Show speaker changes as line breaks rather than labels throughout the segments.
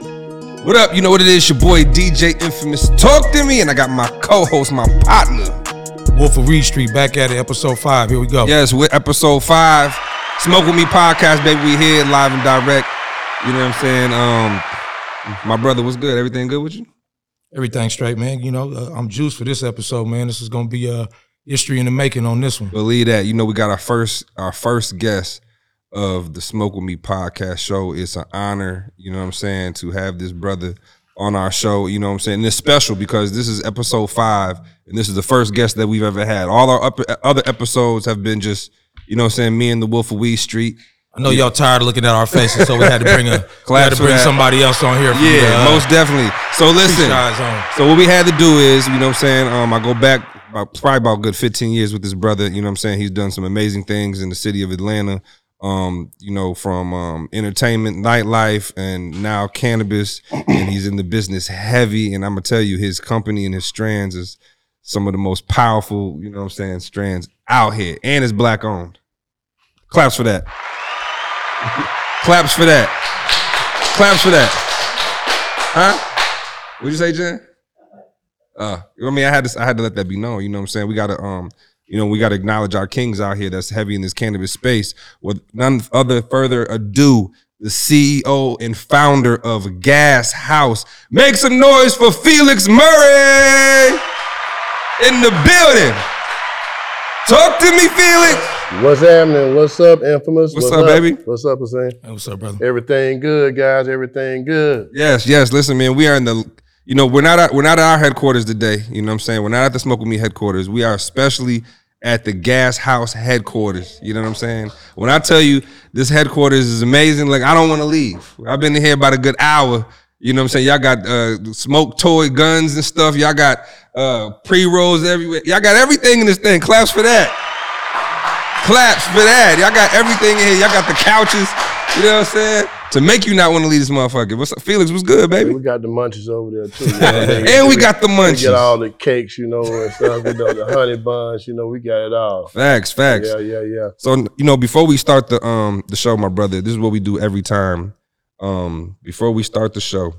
What up? You know what it is? Your boy DJ Infamous. Talk to me, and I got my co-host, my partner.
Wolf of Reed Street, back at it, episode five. Here we go.
Yes, we're episode five, Smoke with Me podcast, baby. We here live and direct. You know what I'm saying? Um, my brother, what's good? Everything good with you?
Everything straight, man. You know, uh, I'm juiced for this episode, man. This is gonna be uh history in the making on this one.
Believe that. You know, we got our first our first guest of the Smoke with Me podcast show. It's an honor, you know what I'm saying, to have this brother on our show. You know what I'm saying? And it's special because this is episode five, and this is the first guest that we've ever had. All our up, other episodes have been just, you know what I'm saying, me and the Wolf of Wee Street.
I know y'all tired of looking at our faces, so we had to bring a we had
Claps
to
for
bring
that.
somebody else on here. From
Yeah,
the, uh,
most definitely. So listen,
guys on.
so what we had to do is, you know what I'm saying, um, I go back about, probably about a good 15 years with this brother, you know what I'm saying? He's done some amazing things in the city of Atlanta, um, you know, from um, entertainment, nightlife, and now cannabis, and he's in the business heavy, and I'm going to tell you, his company and his strands is some of the most powerful, you know what I'm saying, strands out here, and it's black owned. Claps for that. Claps for that. Claps for that. Huh? What'd you say, Jen? Uh, I mean, I had to, I had to let that be known. You know what I'm saying? We gotta, um, you know, we gotta acknowledge our kings out here that's heavy in this cannabis space. With none other further ado, the CEO and founder of Gas House. Make some noise for Felix Murray in the building. Talk to me, Felix.
What's happening? What's up, Infamous?
What's up, baby?
What's up, Hussein?
Hey, what's up, brother?
Everything good, guys. Everything good.
Yes, yes. Listen, man, we are in the you know, we're not at, we're not at our headquarters today. You know what I'm saying? We're not at the Smoke With Me headquarters. We are especially at the gas house headquarters. You know what I'm saying? When I tell you this headquarters is amazing, like I don't want to leave. I've been in here about a good hour. You know what I'm saying? Y'all got uh, smoke toy guns and stuff. Y'all got uh, pre-rolls everywhere. Y'all got everything in this thing. Claps for that claps for that. Y'all got everything in here. Y'all got the couches. You know what I'm saying? To make you not want to leave this motherfucker. What's up? Felix, what's good, baby?
We got the munchies over there too. you know, they-
And we got the
we get
munchies.
all the cakes, you know, and stuff. You know, the honey buns. You know, we got it all.
Facts, facts.
Yeah, yeah, yeah.
So you know, before we start the um the show, my brother, this is what we do every time. Um, before we start the show,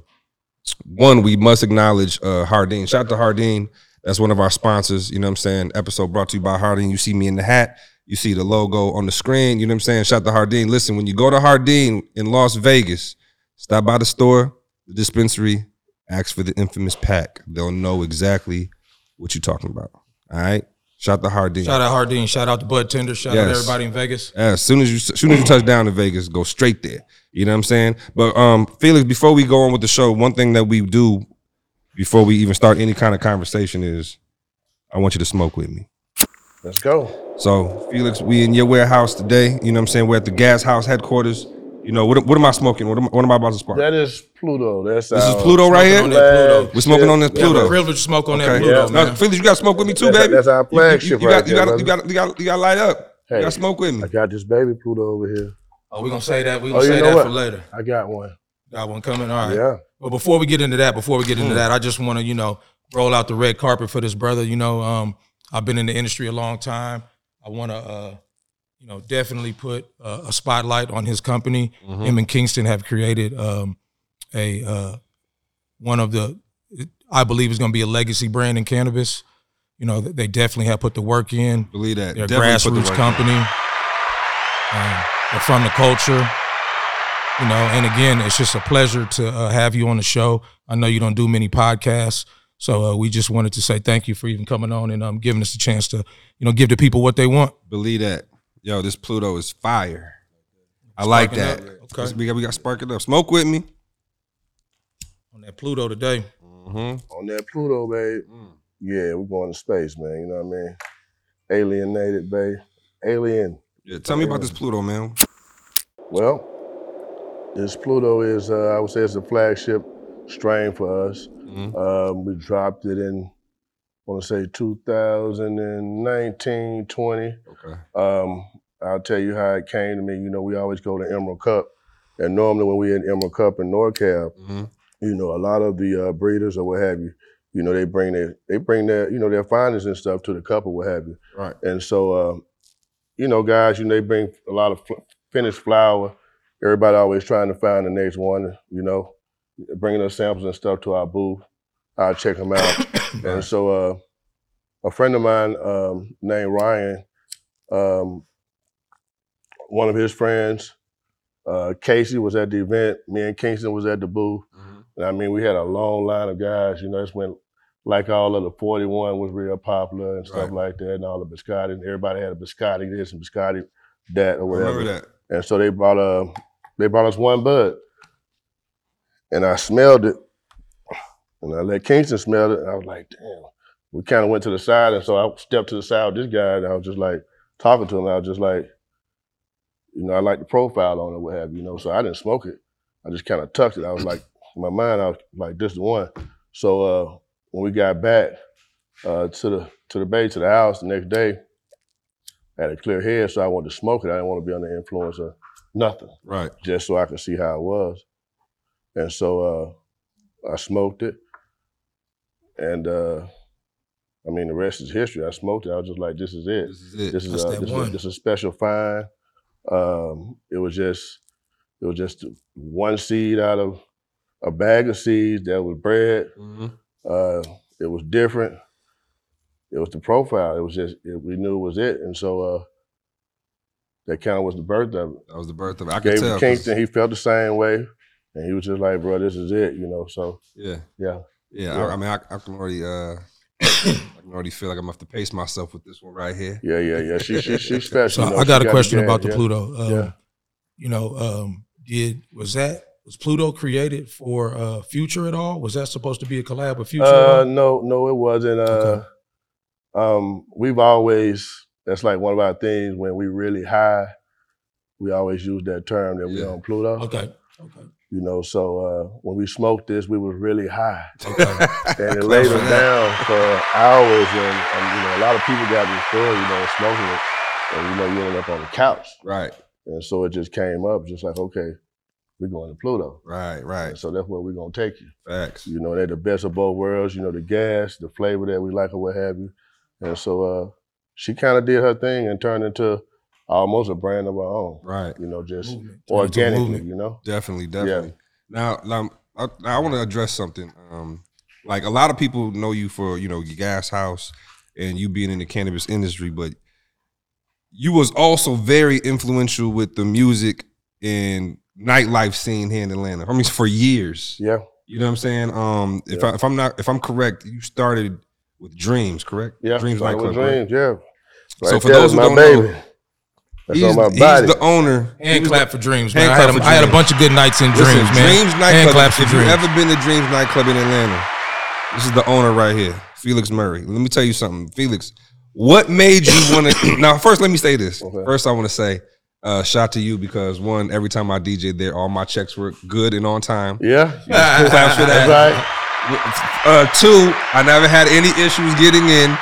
one we must acknowledge uh Hardin. Shout out to Hardin. That's one of our sponsors. You know what I'm saying? Episode brought to you by Hardin. You see me in the hat. You see the logo on the screen. You know what I'm saying? Shout out to Hardin. Listen, when you go to Hardin in Las Vegas, stop by the store, the dispensary, ask for the infamous pack. They'll know exactly what you're talking about. All right. Shout out to Hardin.
Shout out Hardeen. Shout out to Bud Tender. Shout out
Yes.
everybody in Vegas.
Uh, As soon as you as soon as you touch down in Vegas, go straight there. You know what I'm saying? But um, Felix, before we go on with the show, one thing that we do before we even start any kind of conversation is I want you to smoke with me.
Let's go.
So, Felix, we in your warehouse today. You know what I'm saying? We're at the gas house headquarters. You know, what, what am I smoking? What am, what am I about to spark?
That uh, is Pluto. That's
this is
our-
Pluto right
Smoking on
here?
that Pluto.
We're smoking on this
We have a
Pluto.
privilege to smoke on that
Okay.
Pluto,
Yeah.
Now,
man.
Felix, you got to smoke with me too,
That's-
baby.
that's our
You- you- you-
flagship
you
right
got- you
there,
got- You got you got you got to light up. You
Hey.
got to smoke with me.
I got this baby Pluto over here.
Oh, we're gonna say that. We're
Oh,
gonna
you
say
know
that
what?
for later.
I got one.
Got one coming. All right.
Yeah.
But before we get into that, before we get into that, I just want to, you know, roll out the red carpet for this brother. You know, um, I've been in the industry a long time. I want to, uh, you know, definitely put uh, a spotlight on his company. Him and Kingston have created um, a uh, one of the, I believe, is going to be a legacy brand in cannabis. You know, they definitely have put the work in.
Believe that.
They're a
Definitely put the
grassroots
work in.
company. Um, they're from the culture, you know. And again, it's just a pleasure to uh, have you on the show. I know you don't do many podcasts, so uh, we just wanted to say thank you for even coming on and um, giving us the chance to, you know, give the people what they want.
Believe that. Yo, this Pluto is fire. I like that.
Sparking up. Okay.
We got we got spark it up. Smoke with me.
On that Pluto today,
On that Pluto, babe.
Mm.
Yeah, we're going to space, man. You know what I mean? Alienated, babe. Alien.
Yeah, tell me about this Pluto, man.
Well, this Pluto is, uh, I would say, it's a flagship strain for us.
Mhm.
Um, we dropped it in, I want to say 2019, 20.
Okay.
Um, I'll tell you how it came to me. You know, we always go to Emerald Cup. And normally when we're in Emerald Cup in NorCal,
hmm
you know, a lot of the uh, breeders or what have you, you know, they bring their, they bring their, you know, their findings and stuff to the cup or what have you.
Right.
And so, uh, you know, guys, you know, they bring a lot of fl- finished flour. Everybody always trying to find the next one, you know. bringing us samples and stuff to our booth. I'll check them out. and so, uh, a friend of mine um, named Ryan, um, one of his friends, uh, Casey was at the event. Me and Kingston was at the booth. And I mean, we had a long line of guys. You know, it's when like all of the 41 was real popular and stuff
Right.
like that, and all the biscotti. And everybody had a biscotti this and biscotti that or whatever.
Remember that.
And so they brought uh they brought us one bud. And I smelled it. And I let Kingston smell it. And I was like, damn. We kind of went to the side. And so I stepped to the side with this guy and I was just like talking to him. I was just like, you know, I like the profile on it, what have you, you know. So I didn't smoke it. I just kind of tucked it. I was like, in my mind, I was like, this the one. So uh when we got back uh to the to the bay, to the house the next day, I had a clear head, so I wanted to smoke it. I didn't want to be under the influence of nothing,
Right.
just so I could see how it was. And so uh, I smoked it, and uh, I mean the rest is history. I smoked it. I was just like, "This is it.
This is it.
This is
That's
a,
that
this, is,
one.
this is a special find." Um, it was just it was just one seed out of a bag of seeds that was bred
Mhm.
uh, it was different. It was the profile. It was just it, we knew it was it, and so uh, that kind of was the birth of it.
That was the birth of it. I could
Gave
tell.
it
'cause-
to Kingston. He felt the same way, and he was just like, "Bro, this is it," you know. So
Yeah.
yeah,
Yeah.
Yeah.
I, I mean, I, I can already. uh I can already feel like I'm gonna have to pace myself with this one right here.
yeah, yeah, yeah. She she she's
So
special. you know,
I
she
got a
the
question
gas,
about the
yeah.
Pluto. Um,
Yeah.
You know, um, did was that was Pluto created for uh, Future at all? Was that supposed to be a collab with Future? at
Uh,
all?
no, no, it wasn't. Uh,
Okay.
um, we've always that's like one of our things when we really high. We always use that term that we
Yeah.
on Pluto.
Okay. Okay.
You know, so uh, when we smoked this, we was really high.
Okay.
And it
Clap
laid
for
them
that.
down for hours, and, and you know a lot of people got restored, you know, smoking it, and you know you ended up on the couch,
Right,
and so it just came up, just like okay, we're going to Pluto,
right, right.
and so that's where we're gonna take you.
Facts.
You know, they're the best of both worlds. You know, the gas, the flavor that we like, or what have you, and so uh, she kind of did her thing and turned into almost a brand of her own.
Right.
You know, just
Movement.
organically,
Movement.
you know.
Definitely,
Yeah.
definitely. Now, now, I, now I want to address something. Um, like a lot of people know you for you know your gas house and you being in the cannabis industry, but you was also very influential with the music and nightlife scene here in Atlanta. I mean, for years.
Yeah,
You know what I'm saying? Um, if I, if I'm not if I'm correct, you started with Dreams, correct?
yeah.
Dreams
started with
nightclub. right?
Dreams, yeah.
So
Right
for
there
those
is
who
my
don't
baby.
know,
That's
he's,
on my
he's
body.
the owner. He
Hand
was
clap for dreams,
Hand
man. I
clap
had,
for
a, I had a
dreams.
bunch of good nights in
Listen,
dreams, man. Hand
nightclub.
claps for
if you've
dreams.
ever been to Dreams nightclub in Atlanta, this is the owner right here, Felix Murray. Let me tell you something, Felix. What made you want to? now, first, let me say this.
Okay.
First, I want to say, uh, shout to you because one, every time I DJ there, all my checks were good and on time.
Yeah.
Claps for that.
That's right.
Uh, two, I never had any issues getting in.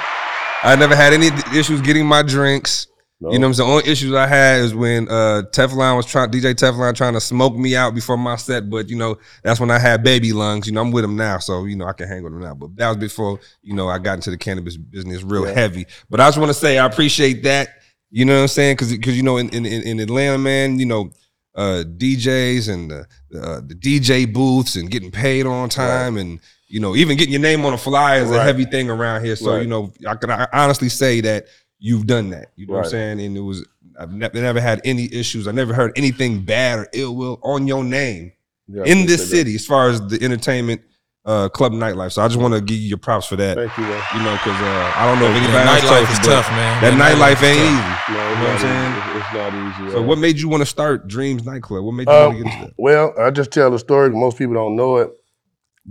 I never had any issues getting my drinks.
No.
You know what I'm saying? Only issues I had is when uh Teflon was trying DJ Teflon trying to smoke me out before my set, but you know, that's when I had baby lungs. You know, I'm with him now, so you know I can hang with him now. But that was before, you know, I got into the cannabis business real
Yeah.
heavy. But I just want to say I appreciate that. You know what I'm saying? Cause, 'cause, you know, in, in, in in Atlanta, man, you know, uh DJs and the uh, the DJ booths and getting paid on time and you know, even getting your name on a flyer is a
Right.
heavy thing around here. So,
Right.
you know, I can I honestly say that you've done that. You know what I'm
Right.
saying? And it was I've ne- never had any issues. I never heard anything bad or ill will on your name
Yeah,
in this
appreciate
city as far as the entertainment uh, club nightlife. So I just want to give you your props for that.
that. Thank you, man.
You know, because uh, I don't know if
Yeah,
anybody else told
nightlife
you,
is
but
tough, man.
That nightlife
is tough.
ain't
No,
You know what I'm
it's,
saying?
not easy. It's not easy.
easy. So
yeah.
what made you want to start Dreams Nightclub? What made you
Um,
want to get into that?
Well, I just tell the story. Most people don't know it.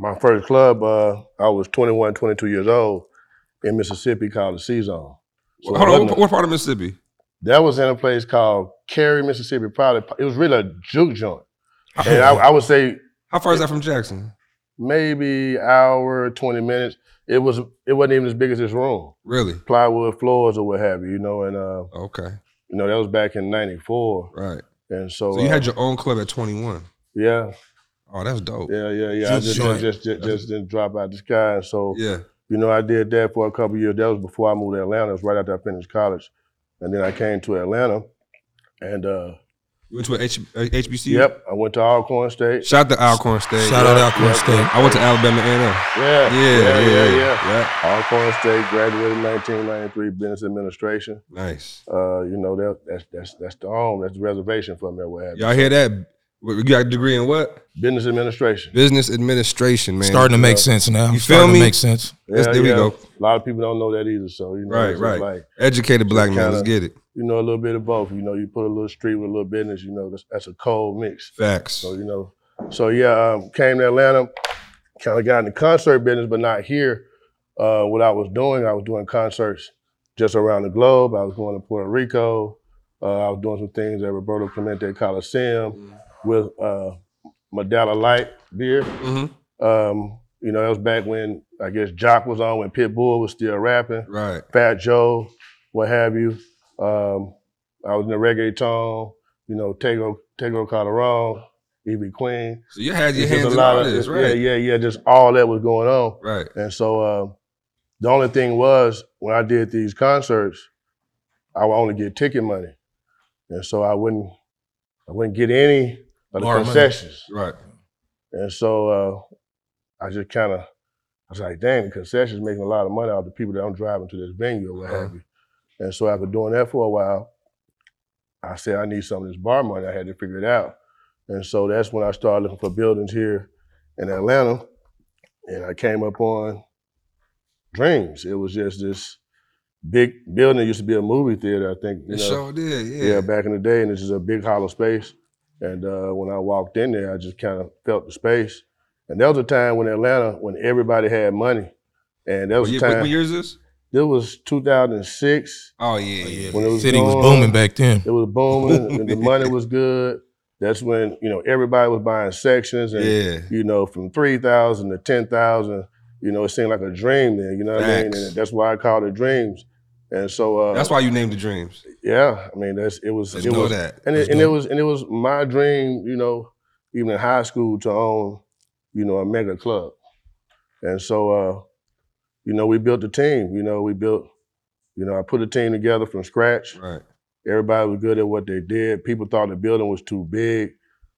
My first club, uh, I was 21, 22 years old in Mississippi called the Season. So it
Hold on,
wasn't
what,
a-
what part of Mississippi?
that was in a place called Cary, Mississippi. Probably it was really a juke joint, and I, I would say
How far is that from Jackson?
maybe hour, 20 minutes. It was it wasn't even as big as this room,
Really?
plywood floors or what have you, you know. And uh,
Okay,
you know that was back in '94,
right.
and so,
So you
uh,
had your own club at 21.
yeah.
Oh, that's dope.
Yeah, yeah, yeah. I
Juice
just,
joint.
just, just, just, didn't drop out the sky. So,
Yeah.
you know, I did that for a couple years. That was before I moved to Atlanta. It was right after I finished college. And then I came to Atlanta and uh,
You went to a H- a HBCU.
Yep, I went to Alcorn State.
Shout out to Alcorn State.
Shout out Alcorn
yeah.
State.
I went to Alabama A&M.
Yeah,
Yeah, yeah, yeah,
Alcorn State graduated in 1993, business administration.
Nice.
Uh, you know that that's that's that's the home, that's the reservation for me. What happened?
Y'all hear that? You got a degree in what?
Business administration.
Business administration, man.
Starting to make sense now.
You feel
Starting to
me?
make sense.
Yes, there we go.
A lot of people don't know that either. So you know,
Right,
it's just
right.
Like
Educated black man. Let's get it.
you know, a little bit of both. You know, you put a little street with a little business. You know, that's, that's a cold mix.
Facts.
So you know, so yeah, um, came to Atlanta, kind of got in the concert business, but not here. Uh, what I was doing, I was doing concerts just around the globe. I was going to Puerto Rico. Uh, I was doing some things at Roberto Clemente Coliseum with uh, Medalla Light beer.
Mm-hmm.
Um, you know, that was back when I guess Jock was on when Pitbull was still rapping.
Right.
Fat Joe, what have you. Um, I was in the reggaeton, you know, Tego, Tego Calderon, Evie Queen.
So you had your
It's just
hands
a
in
lot
all
of-
this,
yeah,
right?
Yeah, yeah, just all that was going on.
Right.
And so um, the only thing was when I did these concerts, I would only get ticket money. And so I wouldn't, I wouldn't get any of the
Borrow money.
concessions.
Right.
And so uh, I just kind of, I was like, dang, the concessions making a lot of money out of the people that I'm driving to this venue or what have you. And so after doing that for a while, I said, I need some of this bar money. I had to figure it out. And so that's when I started looking for buildings here in Atlanta. And I came up on Dreams. It was just this big building. It used to be a movie theater, I think. you
It
know.
sure did.
Yeah.
Yeah.
back in the day, and this is a big hollow space. And uh, when I walked in there, I just kind of felt the space. And that was a time when Atlanta, when everybody had money, and that
What,
was a
year,
time.
what year is this?
This was 2006.
Oh yeah,
Oh,
yeah.
yeah.
When it was
City was
going-
booming back then.
It was booming, and the money was good. That's when you know everybody was buying sections, and
Yeah.
you know from three thousand to ten thousand. You know, it seemed like a dream then. You know what I mean?
Facts.
And that's why I called it dreams. And so, uh,
That's why you named the dreams.
yeah, I mean, that's it was
Let's
it
know
was
that.
and it,
Let's
and it
go.
was and it was my dream, you know, even in high school to own, you know, a mega club. And so, uh, you know, we built a team. You know, we built, you know, I put a team together from scratch.
Right.
Everybody was good at what they did. People thought the building was too big,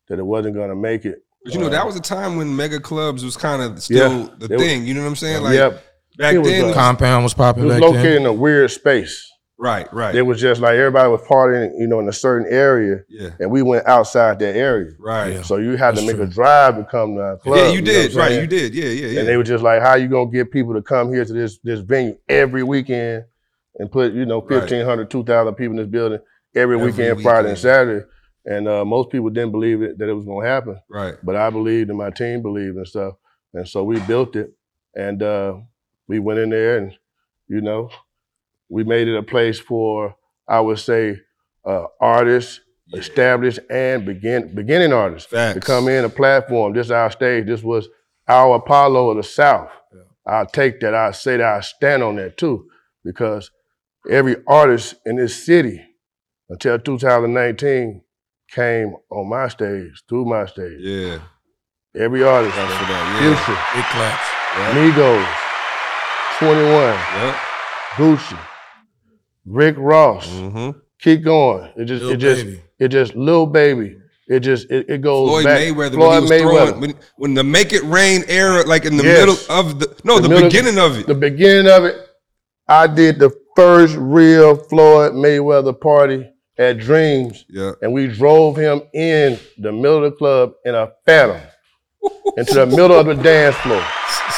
that it wasn't gonna make it.
But you know,
Uh,
that was a time when mega clubs was kind of still the
they were-
thing. You know what I'm saying? Like
yep,
back
it was
then.
a-
Compound was
it
popping
was
back
located
then.
in a weird space.
right. Right.
It was just like everybody was partying, you know, in a certain area,
yeah.
and we went outside that area.
Right.
Yeah.
Yeah.
So you had
That's
to make
true.
a drive to come to our club.
you
know what
did.
I'm
right.
saying?
You did. Yeah. Yeah.
And
Yeah.
they were just like, "How you gonna get people to come here to this this venue every weekend and put you know
Right.
1,500, 2,000 people in this building every,
Every
weekend, Friday
weekend.
and Saturday?" And uh, most people didn't believe it that it was gonna happen,
Right.
but I believed and my team believed and stuff, and so we built it, and uh, we went in there and you know we made it a place for I would say uh, artists,
Yeah.
established and begin beginning artists
Facts.
to come in a platform. This our stage. This was our Apollo of the South.
Yeah.
I'll take that. I say that. I stand on that too, because every artist in this city until 2019 came on my stage, through my stage.
Yeah.
Every artist,
Thanks for that.
Future,
Big claps.
Migos, 21,
Yeah.
Gucci, Rick Ross.
Yep. hmm
Keep going. It just,
Lil
it just,
Baby.
it just, little baby. It just, it, it goes
Floyd
back.
Mayweather when he was throwing when, when the Make It Rain era, like in the
Yes.
middle of the no, the,
The middle-
beginning of it.
the beginning of it, I did the first real Floyd Mayweather party at Dreams,
yeah.
and we drove him in the middle of the club in a phantom into the middle of the dance floor.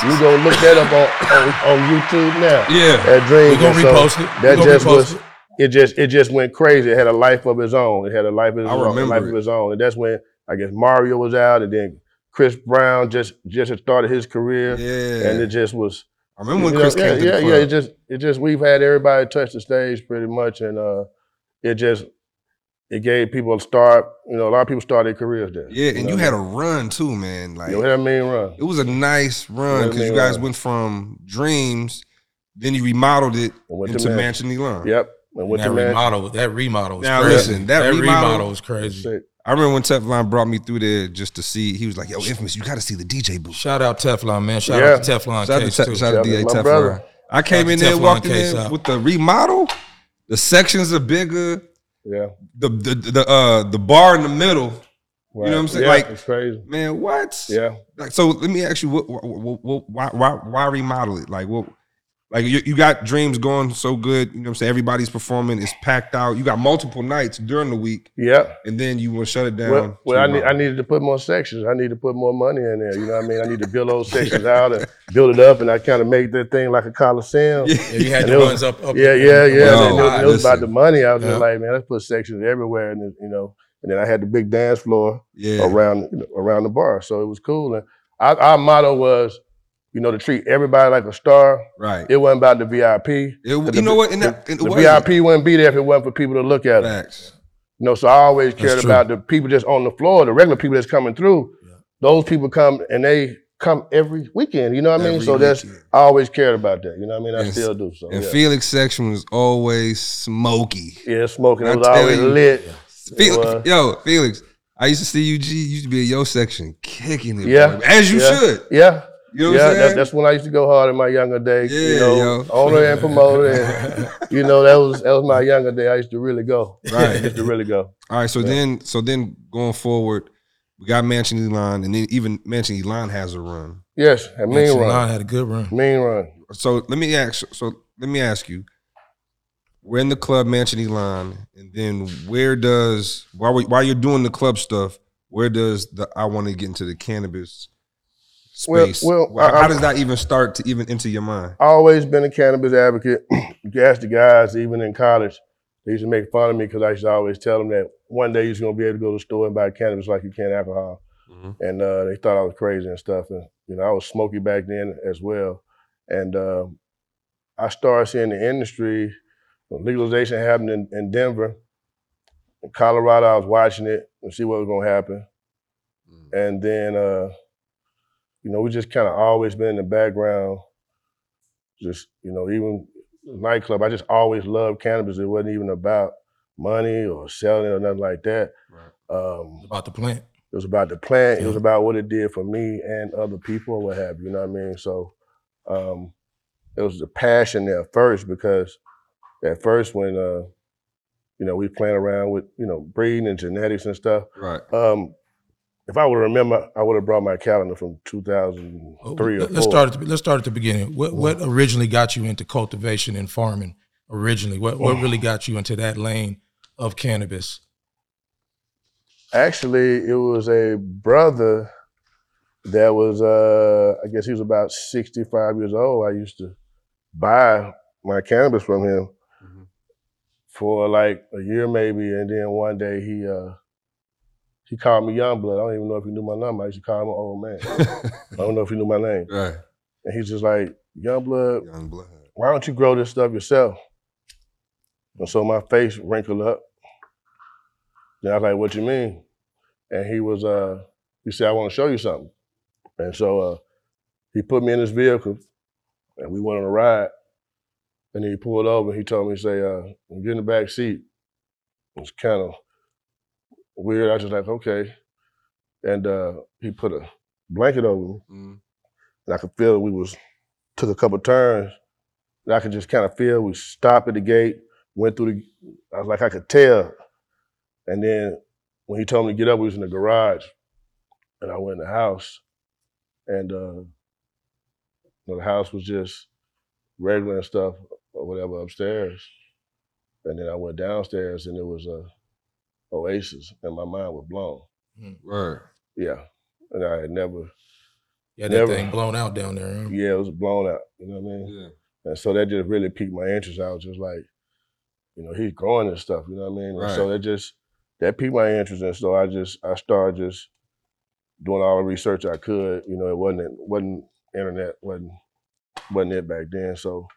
You go look that up on, on, on YouTube now
Yeah.
at Dreams.
We're gonna
and so
repost it. We're
that
gonna
just was-
repost it.
it just it just went crazy. It had a life of its own. It had a life of its
I
own.
remember
life
it.
of its own. And that's when I guess Mario was out, and then Chris Brown just just had started his career,
Yeah.
and it just was
I remember when
you know,
Chris
yeah,
came to
yeah,
the
yeah. It
club.
just, it just, we've had everybody touch the stage pretty much, and uh, it just, it gave people a start. You know, a lot of people started their careers there.
Yeah, and you
know?
had a run too, man. Like
you know what I mean, run.
it was a nice run
Yeah,
because you
man,
guys
right.
went from dreams, then you remodeled it
And went
into
to man.
Mansion Elon.
Yep, and went
that
to man.
remodel, that remodel was
Now,
crazy.
listen, that remodel-
was crazy.
Sick.
I remember when Teflon brought me through there just to see. He was like, "Yo, infamous, you got to see the DJ booth."
Shout out Teflon, man. Shout out to Teflon
Shout out to,
Case,
Te-
too.
shout out to
Yeah,
DA
my
Teflon.
brother.
I came
Shout out
in
to
there,
Teflon
walked in
Case
there
out.
with the remodel. The sections are bigger.
Yeah.
The the the uh the bar in the middle,
Right.
know what I'm saying?
Yeah,
Like-
it's crazy.
man. What?
Yeah.
Like so, let me ask you, what, what, what, what why why why remodel it? Like what? Like you, you got dreams going so good, you know what I'm saying? Everybody's performing, it's packed out. You got multiple nights during the week,
Yeah.
and then you will shut it down.
Well, well
to
I, need, I
remodel.
needed to put more sections. I need to put more money in there. You know what I mean? I need to build those sections out and build it up, and I kind of make that thing like a coliseum. Yeah,
Yeah, you had
And
the
it was-
ones up, up.
yeah, yeah.
Yo,
and it, was, it was about
listen.
the money. I was
Yeah.
just like, man, let's put sections everywhere, and you know. And then I had the big dance floor.
yeah.
around you know, around the bar. So it was cool. And our, our motto was, you know, to treat everybody like a star.
Right.
It wasn't about the VIP.
It- you
the-
know what? And that, and it
The
wasn't.
VIP wouldn't be there if it wasn't for people to look at it.
Facts.
You know, so I always cared
true.
about the people just on the floor, the regular people that's coming through.
Yeah.
Those people come and they come every weekend. You know what I mean?
Every
so that's
weekend.
I always cared about that. You know what I mean? I
And-
still do. So
And
yeah.
Felix section was always smoky.
yeah, smoking.
I
It was
tell
always
you.
lit.
Felix,
was.
yo, Felix, I used to see you. G, you used to be in your section kicking it,
Yeah.
boy, as you
Yeah.
should.
Yeah.
You know what
yeah,
I'm
that,
saying?
that's when I used to go hard in my younger days.
Yeah,
you know,
yo.
owner and promoter, and you know that was that was my younger day. I used to really go. I
right.
used to really go.
All right. So
Yeah.
then, so then going forward, we got Mansion Elon, and then even Mansion Elon has a run.
Yes, and mean
Mean
run,
had a good run.
mean run.
So let me ask. So let me ask you. We're in the club, Mansion Elon, and then where does while we, while you're doing the club stuff, where does the I want to get into the cannabis
Well-
space?
well,
how,
I-
how
I-
does that even start to even enter your mind?
I always been a cannabis advocate. You ask the guys, even in college, they used to make fun of me because I used to always tell them that one day you're gonna be able to go to the store and buy cannabis like you can alcohol. and uh, they thought I was crazy and stuff. And you know, I was smoky back then as well. And uh, I started seeing the industry when legalization happened in, in Denver, in Colorado. I was watching it and see what was gonna happen. And then, uh, you know, we just kind of always been in the background. Just you know, even nightclub. I just always loved cannabis. It wasn't even about money or selling or nothing like that. Um,
About the plant.
it was about the plant. It was
Yeah.
about what it did for me and other people, and what have you. You know what I mean? So, um, it was the passion there first because at first when uh, you know we playing around with you know breeding and genetics and stuff.
Right.
Um, if I would remember, I would have brought my calendar from 2003 or
Oh, Let-
four.
let's start. At the, let's start at the beginning. What what originally got you into cultivation and farming? Originally, what what really got you into that lane of cannabis?
Actually, it was a brother that was, uh, I guess he was about 65 years old. I used to buy my cannabis from him
Mhm.
for like a year maybe. And then one day he, uh, he called me Youngblood. I don't even know if he knew my number. I used to call him an old man. I don't know if he knew my name.
right.
And he's just like, Youngblood,
Young blood.
why don't you grow this stuff yourself? And so my face wrinkled up. And I was like, what you mean? And he was, uh, he said, I want to show you something. And so uh, he put me in his vehicle and we went on a ride. And he pulled over and he told me, he say, uh, get in the back seat. It's kind of weird. I was just like, okay. And uh, he put a blanket over me
Mm.
and I could feel we was took a couple turns. And I could just kind of feel we stopped at the gate, went through the. I was like I could tell, and then when he told me to get up, we was in the garage, and I went in the house, and uh, you know, the house was just regular and stuff or whatever upstairs, and then I went downstairs and it was a oasis, and my mind was blown.
Word.
Yeah, and I had never.
Yeah, that
Never.
thing blown out down there. huh?
Yeah, it was blown out. You know what I mean?
Yeah.
And so that just really piqued my interest. I was just like, you know, he's growing and stuff, you know what I mean? And so that just that piqued my interest. And so I just I started just doing all the research I could. You know, it wasn't it wasn't internet, wasn't wasn't it back then. So,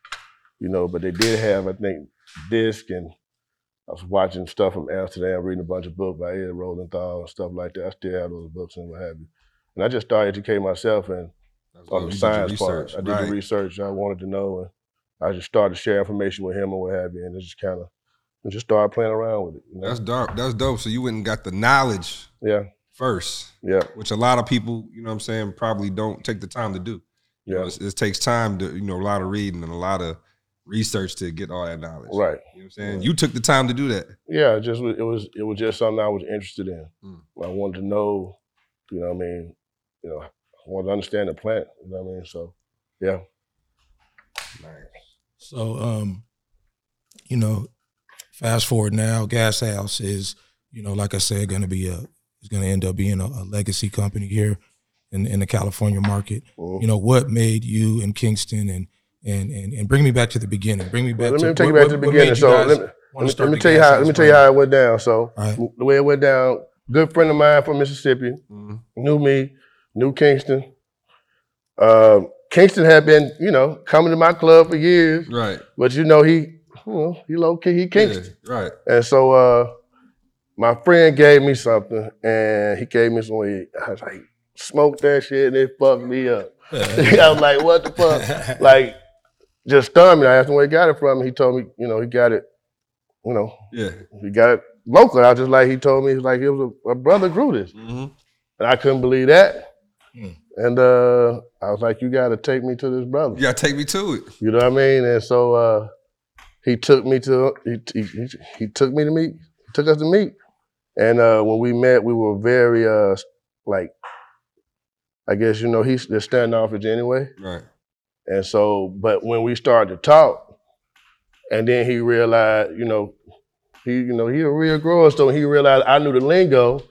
you know, but they did have, I think, disc and I was watching stuff from Amsterdam, reading a bunch of books by Ed Rosenthal and stuff like that. I still have those books and what have you. And I just started educating myself and
That's
on
dope. You did
the
your
science part. I did
right.
the research. I wanted to know, and I just started sharing information with him and what have you, and it just kind of just started playing around with it. You know?
That's dope. That's dope. So you went and got the knowledge
yeah,
first,
yeah,
which a lot of people, you know what I'm saying, probably don't take the time to do. You know,
yeah,
it's- it takes time to, you know, a lot of reading and a lot of research to get all that knowledge.
Right.
You know what I'm saying? You took the time to do that.
Yeah, it just was- it was it was just something I was interested in.
Mm.
I wanted to know, you know what I mean, you know, I wanted to understand the plant, you know what I mean? So yeah.
So, um, you know, fast forward now, Gas House is, you know, like I said, going to be a is going to end up being a, a legacy company here in in the California market.
Mhm.
You know, what made you and Kingston and and and, and bring me back to the beginning. Bring me back.
let
to,
me take
what-
you back
what-
to the
what made
beginning.
you
So
guys
let me,
wanna
let me,
start
let me
the
tell you
Gas
how
House
let me tell you
brand?
how it went down. So
All right.
the way it went down, good friend of mine from Mississippi,
Mm-hmm.
knew me, knew Kingston. Um, Kingston had been, you know, coming to my club for years,
Right.
but you know he, you know, he low key, he Kingston.
Yeah, right.
And so uh, my friend gave me something, and he gave me some weed. I was like, smoked that shit, and it fucked me up. I was like, what the fuck? like, just stunned me. I asked him where he got it from. and He told me, you know, he got it, you know,
Yeah.
he got it local. I was just like, he told me, he was like, it was a, a brother grew this.
Mm-hmm.
And I couldn't believe that.
Hmm.
And uh, I was like, you got to take me to this brother.
You gotta take me to it.
You know what I mean? And so uh, he took me to he, he, he took me to meet took us to meet, and uh, when we met, we were very uh, like I guess you know he's they're standoffish anyway,
Right.
and so but when we started to talk, and then he realized you know he you know he a real grower, so he realized I knew the lingo.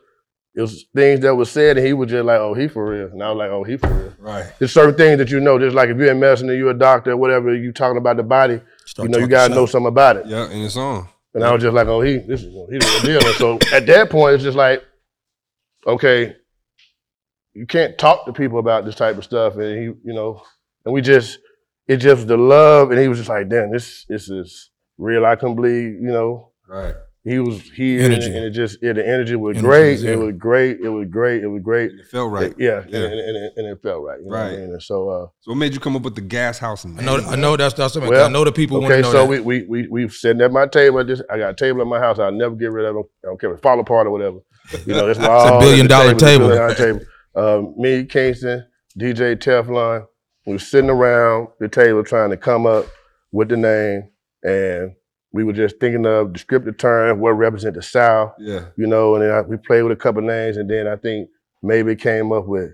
It was things that was said, and he was just like, "Oh, he for real," and I was like, "Oh, he for real."
Right.
There's certain things that you know, just like if you're in medicine and you're a doctor or whatever, you talking about the body,
Start
you know, you
talking
gotta know
shop.
something about it.
Yeah, and it's on.
And I was just like, oh, he, this is he the real deal. And so at that point, it's just like, okay, you can't talk to people about this type of stuff, and he, you know, and we just, it just the love, and he was just like, damn, this, this is real. I can believe, you know,
Right.
he was here, and,
Energy.
and it just, yeah, the energy was
Energy
great.
was there.
It was great. It was great. It was great.
And it felt right.
Yeah,
Yeah.
And, and, and, and it felt right. You know What I
Right.
mean? And so. Uh,
So what made you come up with the gas house name?
I know. I know that's that's something.
Well,
I know the people want
Okay,
to know
so
that.
we we we we've sitting at my table. At this, I got a table at my house. I'll never get rid of them. I don't care if it fall apart or whatever. You know, it's, all at the
billion dollar
it's a
table.
Billion dollar table. Um, me, Kingston, DJ Teflon, we were sitting around the table trying to come up with the name, and we were just thinking of descriptive terms what represent the South.
Yeah.
You know, and then I, we played with a couple names, and then I think maybe came up with.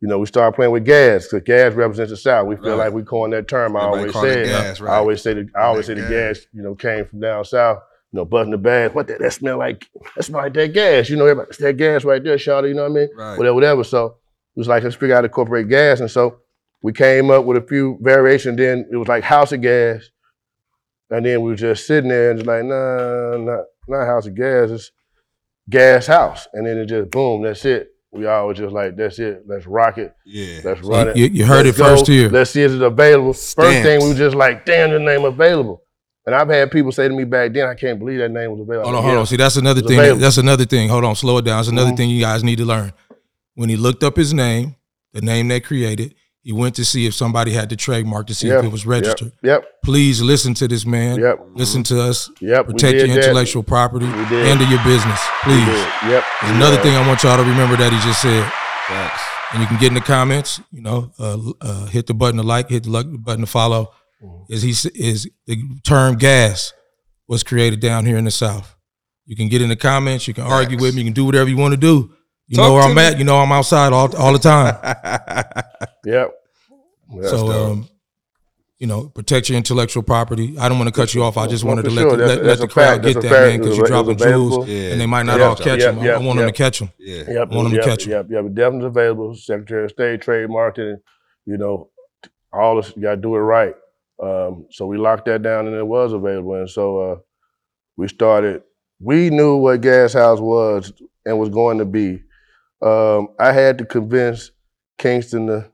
You know, we started playing with gas because gas represents the South. We feel
Right.
like we coin that term. I
Everybody
always
call it
said,
gas, right.
I always say the I
Like
always say the
gas.
gas, you know, came from down south. You know, busting the bags. What that, that smell like? That smell like that gas. You know, everybody, it's that gas right there, Shawty. You know what I mean?
Right.
Whatever, whatever. So it was like let's figure out how to incorporate gas, and so we came up with a few variations. Then it was like house of gas, and then we were just sitting there and just like, nah, not not house of gas. It's gas house, and then it just boom. That's it. We all was just like, that's it. Let's rock it.
Yeah.
Let's
So
run it.
you, you heard
Let's
it first
go.
here.
Let's see if it's available. First thing
Stamps.
we was just like, damn, the name available. And I've had people say to me back then, I can't believe that name was available.
Hold on, hold
Yeah.
on. See, that's another
It's
thing.
available.
That's another thing. Hold on, slow it down. That's another
Mhm.
thing you guys need to learn. When he looked up his name, the name they created, he went to see if somebody had the trademark to see if
Yeah,
it was registered.
Yep,
Please listen to this man.
yep,
Listen to us.
yep. We
Protect
did
your
that.
intellectual property
We did.
and to your business.
We
Please.
did. Yep.
There's Another
Yeah.
thing I want y'all to remember that he just said,
Facts.
and you can get in the comments. You know, uh, uh, hit the button to like, hit the like button to follow.
Mm-hmm.
Is he s- is the term gas was created down here in the South? You can get in the comments. You can argue
Facts.
with me. You can do whatever you want to do. You know
Talk
where
to
I'm
me.
at. You know I'm outside all all the time.
Yep. That's
so,
dope.
um, you know, protect your intellectual property. I don't want to cut you off. I just
Well,
wanted
for
to let
sure.
the,
That's-
let,
that's
let the
a
crowd
fact.
get
That's a
that
fact.
man because
It's
you're
a-
dropping
it's available.
jewels
Yeah.
and they might not
Yeah,
all catch
yeah,
them. I,
yeah,
I want
yeah.
them to catch uh, them.
yeah.
Yep.
Want 'em to
yep,
catch 'em.
Yep. Yep. Definitely available. Secretary of State trademarked it. You know, all this. You got to do it right. Um, so we locked that down, and it was available. And so uh, we started. We knew what Gas House was and was going to be. Um, I had to convince Kingston to,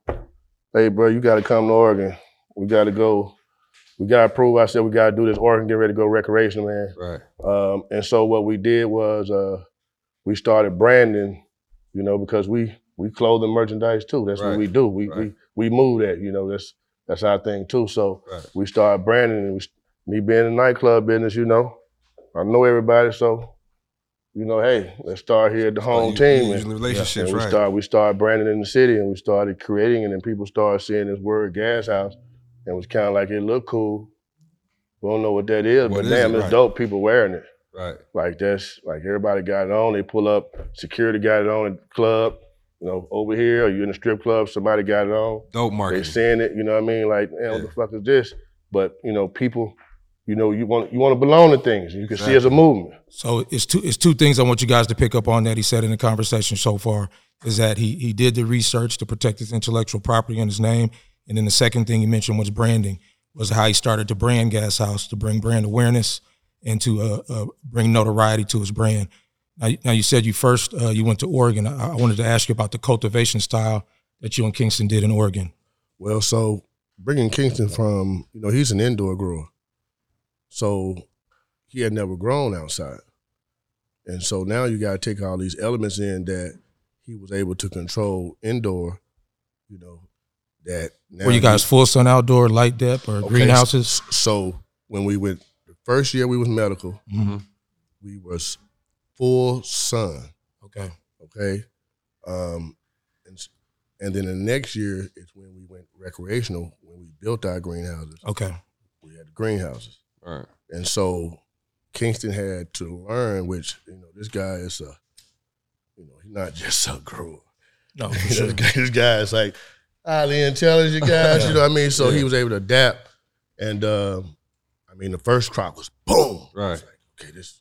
hey, bro, you got to come to Oregon. We got to go. We got to prove ourselves. We got to do this. Oregon, get ready to go recreational, man.
Right.
Um, and so what we did was uh, we started branding, you know, because we we clothing merchandise too. That's
Right.
what we do. We
Right.
we we move that, you know. That's that's our thing too. So
Right.
we started branding. And we, me being in the nightclub business, you know, I know everybody. So you know, hey, let's start here at the home
You-
team.
you
and-
using the relationships,
and we
right?
started we started branding in the city and we started creating it and people started seeing this word gas house and it was kind of like it looked cool
We don't know what that is,
What
but
is
damn,
it?
it's
Right.
dope people wearing it.
Right.
Like that's like everybody got it on. They pull up, security got it on at the club. You know, over here, or you in a strip club, somebody got it on.
Dope
They
marketing.
saying it, you know what I mean? Like, man, what
Yeah.
the fuck is this? But you know, people, you know, you want you want to belong to things. You can see it's a movement.
So it's two it's two things I want you guys to pick up on that he said in the conversation so far is that he he did the research to protect his intellectual property and his name, and then the second thing he mentioned was branding was how he started to brand Gas House to bring brand awareness and to uh, uh, bring notoriety to his brand. Now, you- now you said you first uh, you went to Oregon. I, I wanted to ask you about the cultivation style that you and Kingston did in Oregon.
Well, so bringing Kingston from, you know, he's an indoor grower. So he had never grown outside. And so now you got to take all these elements in that he was able to control indoor, you know, that now.
Were you guys full sun outdoor, light depth, or
Okay,
greenhouses?
s- So when we went, the first year we was medical,
Mhm.
we was full sun,
Okay.
okay? Um, and, s- and then the next year is when we went recreational, when we built our greenhouses.
Okay.
we had the greenhouses.
Right.
And so Kingston had to learn, which, you know, this guy is a, you know, he's not just a grower.
No, Oh, for
You know,
sure.
this, guy, this guy is like highly intelligent guys, you know what I mean? So he was able to adapt. And uh, I mean, the first crop was boom.
Right.
It's like, okay, this,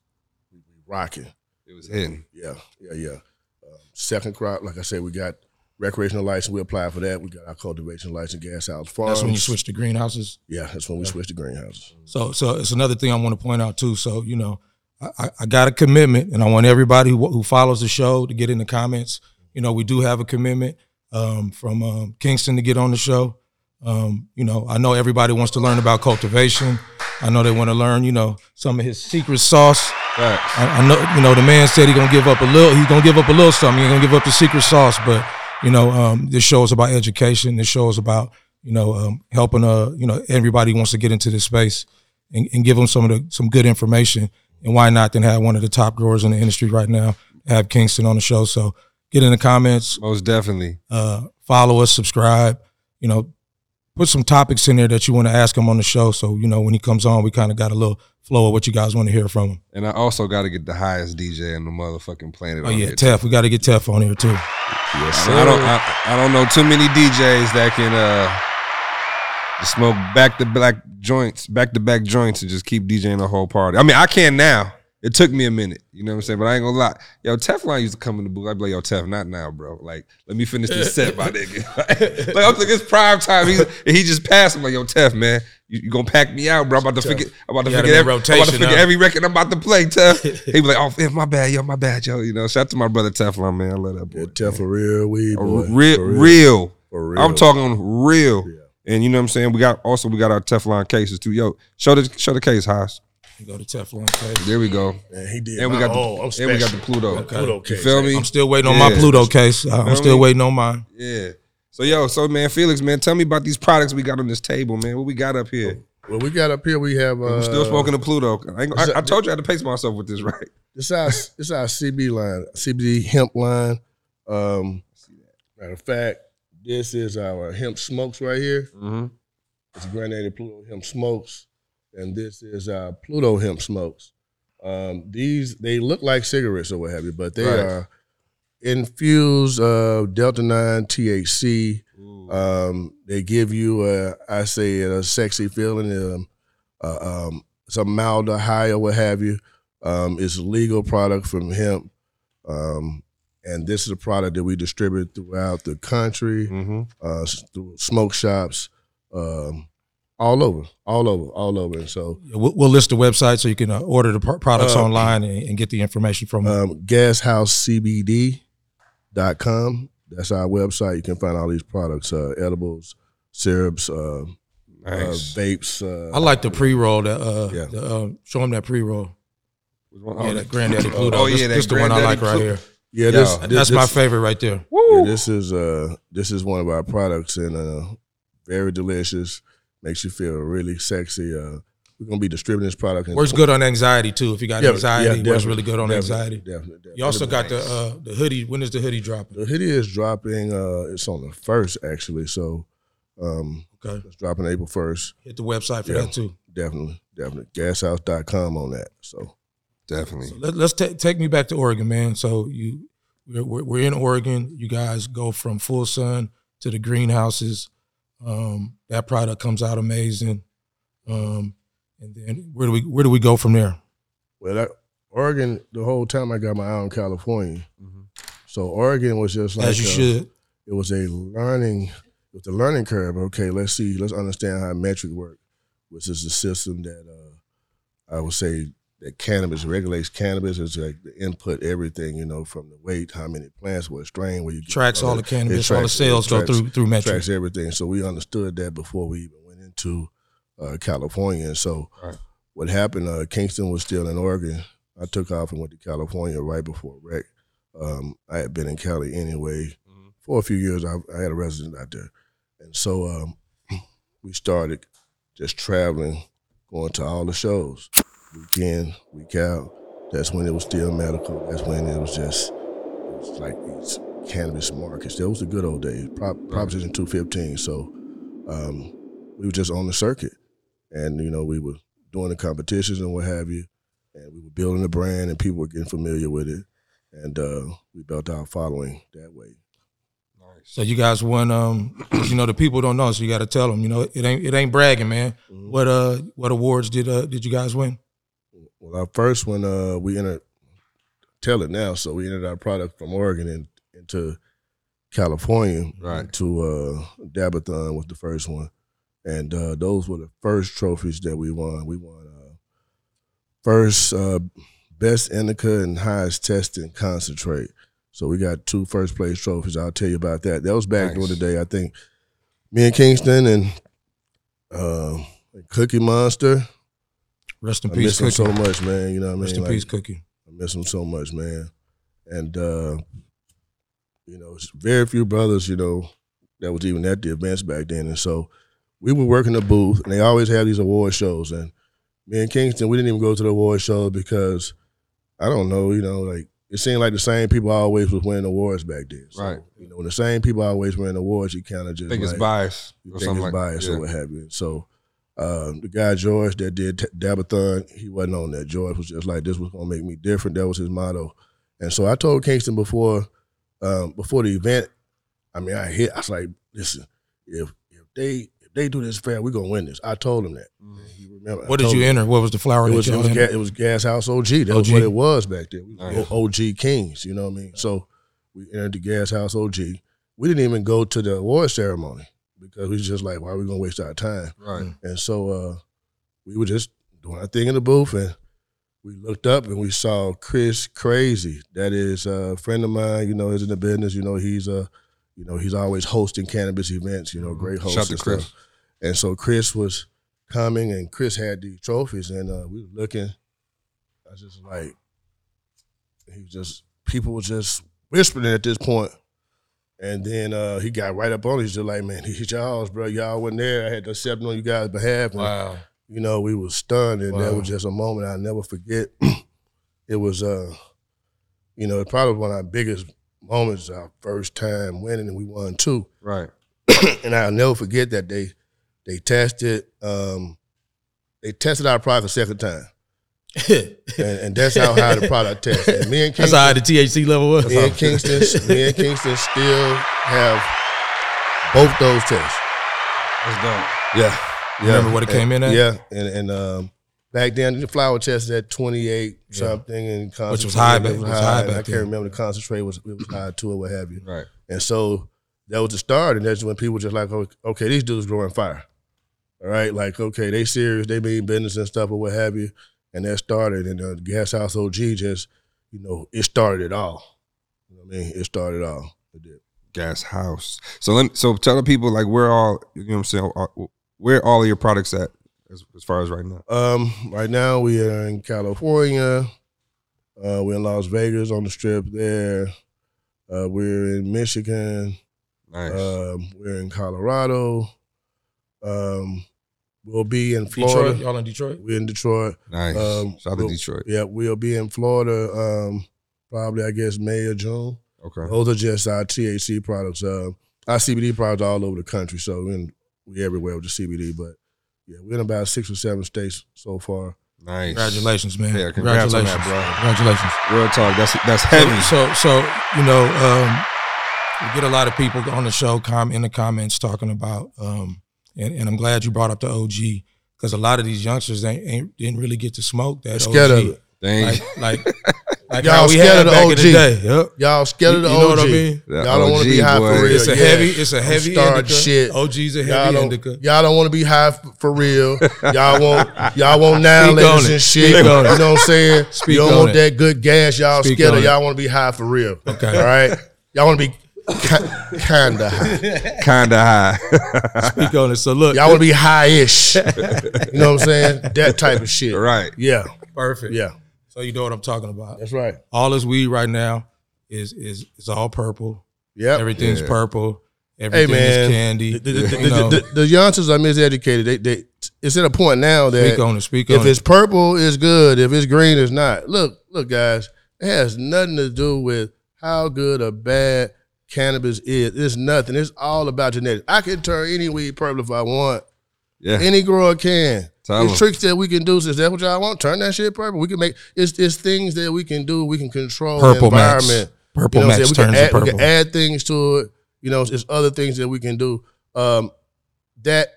we we rocking.
It was hitting.
Yeah, yeah, yeah. Um, second crop, like I said, we got recreational license. We applied for that. We got our cultivation license, gas house farms.
That's when you switch to greenhouses.
Yeah, that's when we switched to greenhouses.
So, so it's another thing I want to point out too. So, you know, I, I- I got a commitment, and I want everybody who, who follows the show to get in the comments. You know, we do have a commitment um, from um, Kingston to get on the show. Um, you know, I know everybody wants to learn about cultivation. I know they want to learn, you know, some of his secret sauce.
Facts.
I, I know, you know, the man said he gonna give up a little. He's gonna give up a little something. He's gonna give up the secret sauce. But you know, um, this show is about education. This show is about you know um, helping. Uh, you know, everybody wants to get into this space and, and give them some of the some good information. And why not then have one of the top growers in the industry right now? Have Kingston on the show. So get in the comments,
Most definitely.
uh, follow us, subscribe. You know, put some topics in there that you want to ask him on the show. So you know when he comes on, we kind of got a little flow of what you guys want to hear from him.
And I also got to get the highest DJ on the motherfucking planet.
Oh
on
yeah,
here.
Tef. We got to get Tef on here too.
Yes,
I don't. I, I don't know too many DJs that can uh just smoke back to back joints, back to back joints, and just keep DJing the whole party. I mean, I can now. It took me a minute, you know what I'm saying? But I ain't gonna lie. Yo, Teflon used to come in the booth. I'd be like, yo, Tef, not now, bro. Like, let me finish this set, my nigga. like, I'm like, it's prime time. He's, and he just passed. I'm like, yo, Tef, man, you, you gonna pack me out, bro. I'm about to forget. I'm about to
You gotta
forget,
be
every, I'm about to
rotation,
forget
huh?
every record I'm about to play, Tef. He'd be like, oh, yeah, my bad, yo, my bad, yo. You know, shout out to my brother Teflon, man. I love that boy.
Yeah, tough for real, we
A
boy.
re-
For
real,
For real.
I'm talking real.
Yeah.
And you know what I'm saying? We got also we got our Teflon cases too. Yo, show the show the case, Haas.
You go to Teflon case.
There we go.
Man, he did.
And we
my
got
own. I'm
the, and we got the
special.
Pluto.
The Pluto
You
case.
feel me?
I'm still waiting on my
Yeah.
Pluto case. I-
Feel
I'm still
me?
waiting on mine.
Yeah. So yo, so man, Felix, man, tell me about these products we got on this table, man. What we got up here?
Well, we got up here. We have. Uh,
I'm still smoking the Pluto. I, ain't- I- I told you I had to pace myself with this, right?
This our this our CB line, CBD hemp line. Um, matter of fact, this is our hemp smokes right here.
Mm-hmm.
It's Granddaddy Pluto hemp smokes, and this is our Pluto hemp smokes. Um, these they look like cigarettes or what have you, but they
Right.
are infused uh, delta nine THC.
Uh,
Um, they give you, a, I say, a sexy feeling. Um, uh, um, some milder high or what have you. Um, it's a legal product from hemp, um, and this is a product that we distribute throughout the country,
hmm
uh, s- through smoke shops, um, all over, all over, all over. And so,
Yeah, We'll, we'll list the website so you can uh, order the pro- products
Uh,
online and, and get the information from them.
um, gashousecbd.com. That's our website. You can find all these products: uh, edibles, syrups, uh,
Nice.
uh, vapes. Uh,
I like the pre roll. That uh,
Yeah.
the, uh, show them that pre roll.
Oh,
yeah, that Granddaddy Pluto.
Oh,
this,
yeah, that
this the one
Granddaddy
I like right
Pluto.
here.
Yeah, this,
Yo,
this-
That's my
this-
favorite right there.
yeah,
Woo!
this is uh this is one of our products and uh very delicious. Makes you feel really sexy. Uh we're gonna be distributing this product. in-
Works good on anxiety too. If you got
Yeah, yeah,
anxiety, works
definitely,
really good on
definitely,
anxiety.
Definitely, definitely.
You also got the uh, the hoodie. When is the hoodie dropping?
the hoodie is dropping. Uh, it's on the first actually. So um,
Okay,
it's dropping April first.
hit the website for
Yeah.
that too.
Definitely, Definitely. Gashouse.com on that. So
Definitely.
So let, let's ta- take me back to Oregon, man. So you, we're, we're, we're in Oregon. You guys go from full sun to the greenhouses. Um, that product comes out amazing. Um, and then where do we where do we go from there?
well that Oregon, the whole time I got my eye on California. So Oregon was just like
As you
uh,
should.
it was a learning it was a learning curve okay let's see let's understand how metric work which is the system that uh, i would say that cannabis regulates cannabis is like the input everything you know from the weight how many plants what strain where you get-
Tracks all the
uh, it
cannabis, all the
tracks-
sales
it
go
tracks-
through through metrics.
tracks everything so we understood that before we even went into uh, california and so
Right.
what happened uh, kingston was still in oregon i took off and went to california right before rec um, i had been in cali anyway for a few years. I, I had a resident out there, and so um, we started just traveling, going to all the shows, week in, week out. That's when it was still medical. That's when it was just it was like these cannabis markets. That was the good old days, Prop, Proposition Two Fifteen. So um, we were just on the circuit, and you know we were doing the competitions and what have you, and we were building the brand, and people were getting familiar with it. And uh, we built our following that way.
Nice.
So you guys won. Um, 'cause, you know the people don't know, so you got to tell them. You know it ain't it ain't bragging, man.
Mm-hmm.
What uh what awards did uh did you guys win?
Well, our first one, uh, we entered, tell it now. So we entered our product from Oregon in, into California.
Right.
To uh, Dabathon was the first one. And uh, those were the first trophies that we won. We won uh, first uh, best indica and highest testing concentrate. So we got two first place trophies. I'll tell you about that. That was back
Nice.
during the day. I think me and Kingston and uh, Cookie Monster.
Rest in
I
peace,
miss him
Cookie.
so much, man. You know what I mean?
Rest in
Like,
peace, Cookie.
I miss him so much, man. And uh, you know, it's very few brothers, you know, that was even at the events back then. And so we were working the booth, and they always had these award shows. And me and Kingston, we didn't even go to the award show because I don't know, you know, like it seemed like the same people always was winning awards back then. So,
Right.
You know, when the same people always winning awards, you kind of just
I think it's
like-
bias
you
or
think
something
it's
like
biased
Yeah.
or what have you. So um, the guy George that did T- Dabathon, he wasn't on that. George was just like, "This was gonna make me different." That was his motto. And so I told Kingston before um, before the event. I mean, I hit. I was like, "Listen, if if they if they do this fair, we're gonna win this." I told him that.
Mm-hmm.
He remember, I
What did
told
you
him.
enter? What was the flower
It
that
was, it
y'all
was,
entered?
ga- it was Gas House OG. That was
OG.
what it was back then. We
Nice.
were OG Kings, you know what I mean? So we entered the Gas House OG. We didn't even go to the award ceremony because we was just like, why are we going to waste our time?
Right.
And so uh, we were just doing our thing in the booth and we looked up and we saw Chris Crazy. That is a friend of mine, you know, is in the business. You know, he's a, you know, he's always hosting cannabis events, you know, great host.
Shout to
and
Chris.
stuff. And so Chris was coming and Chris had these trophies and uh, we were looking. I just like, he was just, people were just whispering at this point. And then uh, he got right up on it. He's just like, man, he's y'all's, bro. Y'all wasn't there. I had to accept on you guys' behalf. And
Wow.
you know, we was stunned, and that
Wow.
was just a moment I'll never forget. it was, uh, you know, probably one of our biggest moments, our first time winning, and we won two.
Right.
and I'll never forget that they they tested um, they tested our product a second time, and, and that's how high the product test. And me and
That's
Kingston,
how high the THC level was.
me and Kingston, me and Kingston still have both those tests.
That's dope.
Yeah.
Remember what it came in at?
Yeah. And and um back then the flower test at twenty eight something and
Which was
concentrate-
high back-
it
was high
and I
back
can't
then.
remember the concentrate was it was high too or what have you.
Right.
And so that was the start and that's when people just like, oh, okay, these dudes growing fire. All right, like okay, they serious, they mean business and stuff or what have you. And that started and the gas house OG just, you know, it started it all. You know what I mean? It started all. It did.
Gas House. So let me, so tell the people like where all you know what I'm saying uh, where all of your products at as, as far as right now.
Um, right now we are in California. Uh, we're in Las Vegas on the strip there. Uh, we're in Michigan.
Nice.
Um, we're in Colorado. Um, we'll be in Florida.
Detroit. Y'all in Detroit?
We're in Detroit.
nice.
um,
Shout out to
well-
Detroit.
Yeah, we'll be in Florida. Um, probably I guess May or June.
Okay.
Those are just our THC products. Uh, our CBD products are all over the country, so we in, we everywhere with the CBD. But Yeah, we're in about six or seven states so far.
Nice.
Congratulations, man.
Yeah, congrats on
Congratulations.
that, bro.
Congratulations.
Real talk. That's that's heavy.
So, so you know, um, we get a lot of people on the show com- in the comments talking about, um, and, and I'm glad you brought up the OG because a lot of these youngsters they ain't didn't really get to smoke that.
They're scared
OG.
of it.
Dang.
Like, like, like
Y'all
how we
scared
had it
of the
back in the
OG.
day. Yep.
Y'all scared of the
You know
OG.
what I mean?
That
Y'all don't want to
OG,
be high
boy.
for real.
It's a
Yeah.
heavy. It's a heavy
Start
indica.
shit.
OG's a
Y'all
heavy
don't,
indica.
y'all don't want to be high f- for real. Y'all want y'all want now
Speak
ladies
on it.
and shit.
Speak
you know
on it.
what I'm saying?
Speak
you don't
on
want
it.
that good gas. Y'all
Speak
scared
on
of
it.
y'all want to be high for real.
Okay.
All right. Y'all want to be ki- kinda high.
Kinda high.
Speak on it. So look,
Y'all want to be high-ish. You know what I'm saying? That type of shit.
right.
Yeah.
perfect.
Yeah.
So you know what I'm talking about.
That's right.
All this weed right now is is is all purple.
Yeah.
Everything's
Yeah.
purple. Everything is
man.
candy.
The, the, the,
You know,
the, the, the youngsters are miseducated. They, they, it's at a point now that
Speak on it. Speak
if
on it.
it's purple, it's good. If it's green, it's not. Look, look, guys, it has nothing to do with how good or bad cannabis is. It's nothing. It's all about genetics. I can turn any weed purple if I want.
Yeah.
Any grower can.
Tell
There's
'em.
tricks that we can do. Is that what y'all want? Turn that shit purple. We can make it's it's things that we can do. We can control
Purple
the
max.
environment.
Purple
You know what I'm
max
saying?
turns to
we can add, We
purple.
can add things to it. You know, it's other things that we can do. Um, that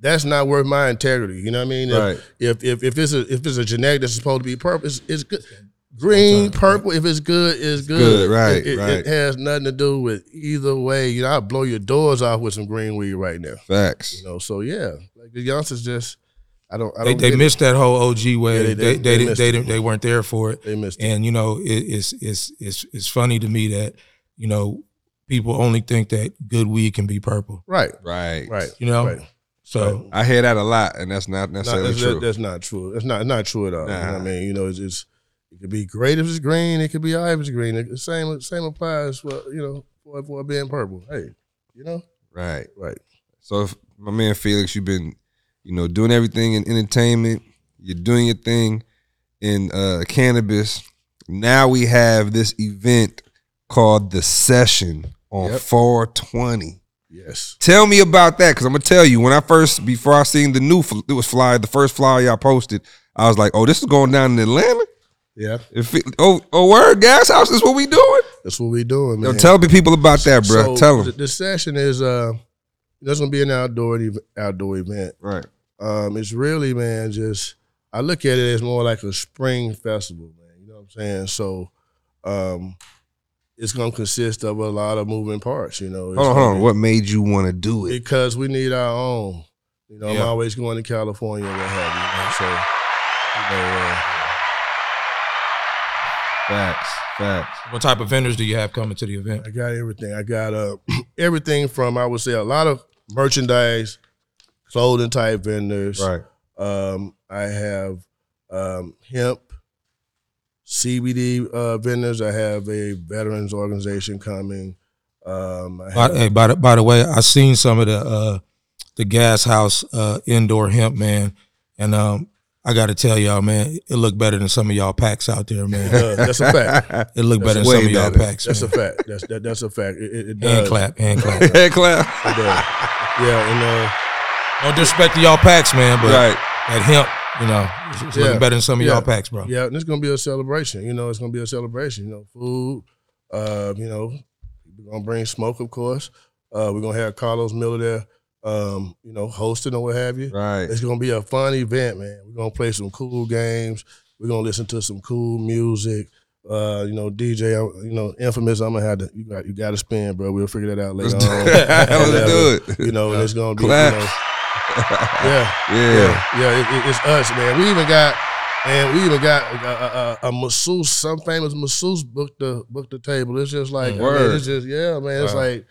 that's not worth my integrity. You know what I mean? If-
Right.
If if if it's a if it's a genetic that's supposed to be purple, it's, it's good. Green, purple. If it's good, it's good.
good, right,
It, it- it
right.
has nothing to do with either way. You know, I'll blow your doors off with some green weed right now.
Facts.
You know, so yeah, like the youngsters just, I don't, I
they,
don't.
they
get it.
missed that whole OG way.
Yeah,
they,
they-
they,
they- they
they, didn't-
missed
they,
it.
didn't- they weren't there for it.
They missed it.
And you know, it, it's it's it's it's funny to me that you know people only think that good weed can be purple.
Right,
Right.
right.
You know,
Right.
so
I hear that a lot, and that's not
No,
necessarily
that's,
true.
that- that's not true. It's not not true at all. You know what
Nah.
I mean, you know, it's, it's it could be great if it's green. It could be all right if it's green. The same same applies for you know for, for being purple. Hey, you know,
right.
right.
So if my man Felix, you've been, you know, doing everything in entertainment. You're doing your thing in uh, cannabis. Now we have this event called the Session on
Yep.
420.
Yes.
Tell me about that, because I'm gonna tell you when I first before I seen the new fl- it was flyer, the first flyer y'all posted, I was like, oh, this is going down in Atlanta.
Yeah,
If it, oh, oh, word, gas house is what we doing.
that's what we doing,
Yo,
man.
tell me people about that, bro. Tell 'em.
So,
tell them.
The, the session is uh, there's gonna be an outdoor ev- outdoor event.
right.
Um, it's really, man, just I look at it as more like a spring festival, man. You know what I'm saying? So um it's gonna consist of a lot of moving parts, you know. It's
Hold on,
gonna
hold on.
be-
What made you want to do it?
Because we need our own. You know,
Yeah.
I'm always going to California and what have you. you know,
Facts, facts.
what type of vendors do you have coming to the event?
so I got everything. I got uh everything from I would say a lot of merchandise, clothing type vendors.
Right.
Um, I have um, hemp, CBD uh, vendors. I have a veterans organization coming. Um, I
By,
have,
hey, by the by the way, I seen some of the uh, the gas house uh, indoor hemp man, and um, I got to tell y'all, man, it looked better than some of y'all packs out there, man.
uh, that's a fact.
It looked better than
way
some of y'all
better.
packs.
That's a
man.
fact. That's that, that's a fact. It, it,
hand
it does.
clap, hand clap.
Head clap.
It does. Yeah, and uh,
No disrespect to y'all packs, man, but
Right.
that hemp, you know, it's, it's
Yeah.
looking better than some of
Yeah.
y'all packs, bro.
Yeah, and it's gonna be a celebration. You know, it's gonna be a celebration. You know, food. Uh, you know, we're gonna bring smoke, of course. Uh, we're gonna have Carlos Miller there. Um, you know, hosting or what have you.
Right.
It's gonna be a fun event, man. We're gonna play some cool games. We're gonna listen to some cool music. Uh, you know, DJ, I'm- you know, infamous. I'm gonna have to. You got, you got to spin, bro. We'll figure that out later
Let's do,
on.
let's do
You
it.
know, and it's gonna be. You
Clap.
know, yeah.
Yeah.
Yeah, yeah, it, it, it's us, man. We even got, and we even got uh, a, a, a, a masseuse. Some famous masseuse booked the booked the table. It's just like, I mean,
Word.
it's just yeah, man. It's
Wow.
like,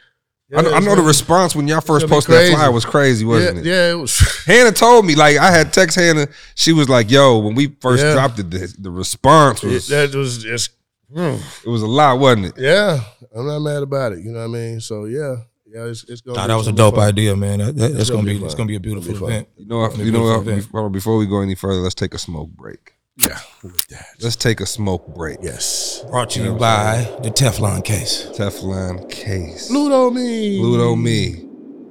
I know, I
it's
know the
like-
response when y'all first
gonna be
posted that
crazy.
flyer was crazy, wasn't
yeah,
it?
Yeah, it was.
Hannah told me, like, I had text Hannah. She was like, yo, when we first
Yeah.
dropped it, the, the response was, it,
that was just, mm,
was a lot, wasn't it?
yeah. I'm not mad about it. You know what I mean? So yeah, yeah, it's, it's gonna.
Nah,
be
that was a
something
dope
fun.
idea, man. That, that- that's
gonna
gonna
be
be,
fun.
it's gonna be a beautiful
It's gonna be
event.
You know, if,
It'll
you
be
know
beautiful
what?
event.
Before, before we go any further, let's take a smoke break.
Yeah, with that.
Let's take a smoke break.
Yes.
Brought to you by the Teflon case,
Teflon case.
Pluto me.
Pluto me.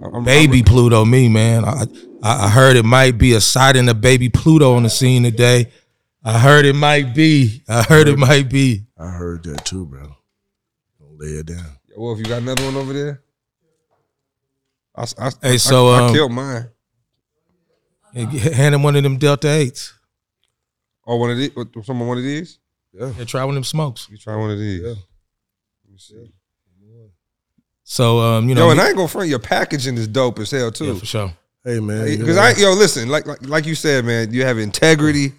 I'm- I'm-
baby Pluto. Me, man, I, I, I heard it might be a sighting of baby Pluto on the scene today. I heard it might be. I heard it might be.
I heard that too, bro. Don't lay it down.
Well, if you got another one over there, I, s- I s-
Hey,
I-
so,
I,
um,
killed mine.
And g- hand him one of them Delta Eights.
Oh, one of these. what- Someone one of these.
Yeah, try one of them smokes.
You try one of these.
Yeah.
Let me see.
So um, you know,
Yo, and I ain't gonna front your packaging is dope as hell
yeah,
too.
for sure.
Hey man, you
Because
know,
I, yo, listen, like, like like you said, man, you have integrity.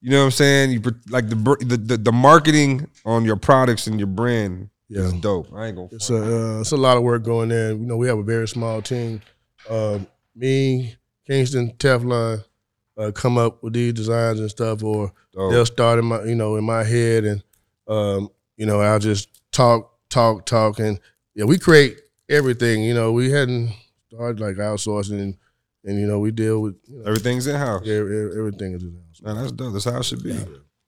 You know what I'm saying? You pr- like the br- the the, the marketing on your products and your brand
yeah.
is dope. I ain't gonna.
It's
front.
a uh, it's a lot of work going in. You know, we have a very small team. Um, me, Kingston, Teflon, uh, come up with these designs and stuff, or
Dope.
they'll start in my you know in my head, and um, you know I'll just talk, talk, talk, and yeah, we create everything. You know, we hadn't started like outsourcing, and, and you know we deal with you know,
Everything's in house.
yeah, e- everything is in-house.
Man, that's dope. That's how it should be.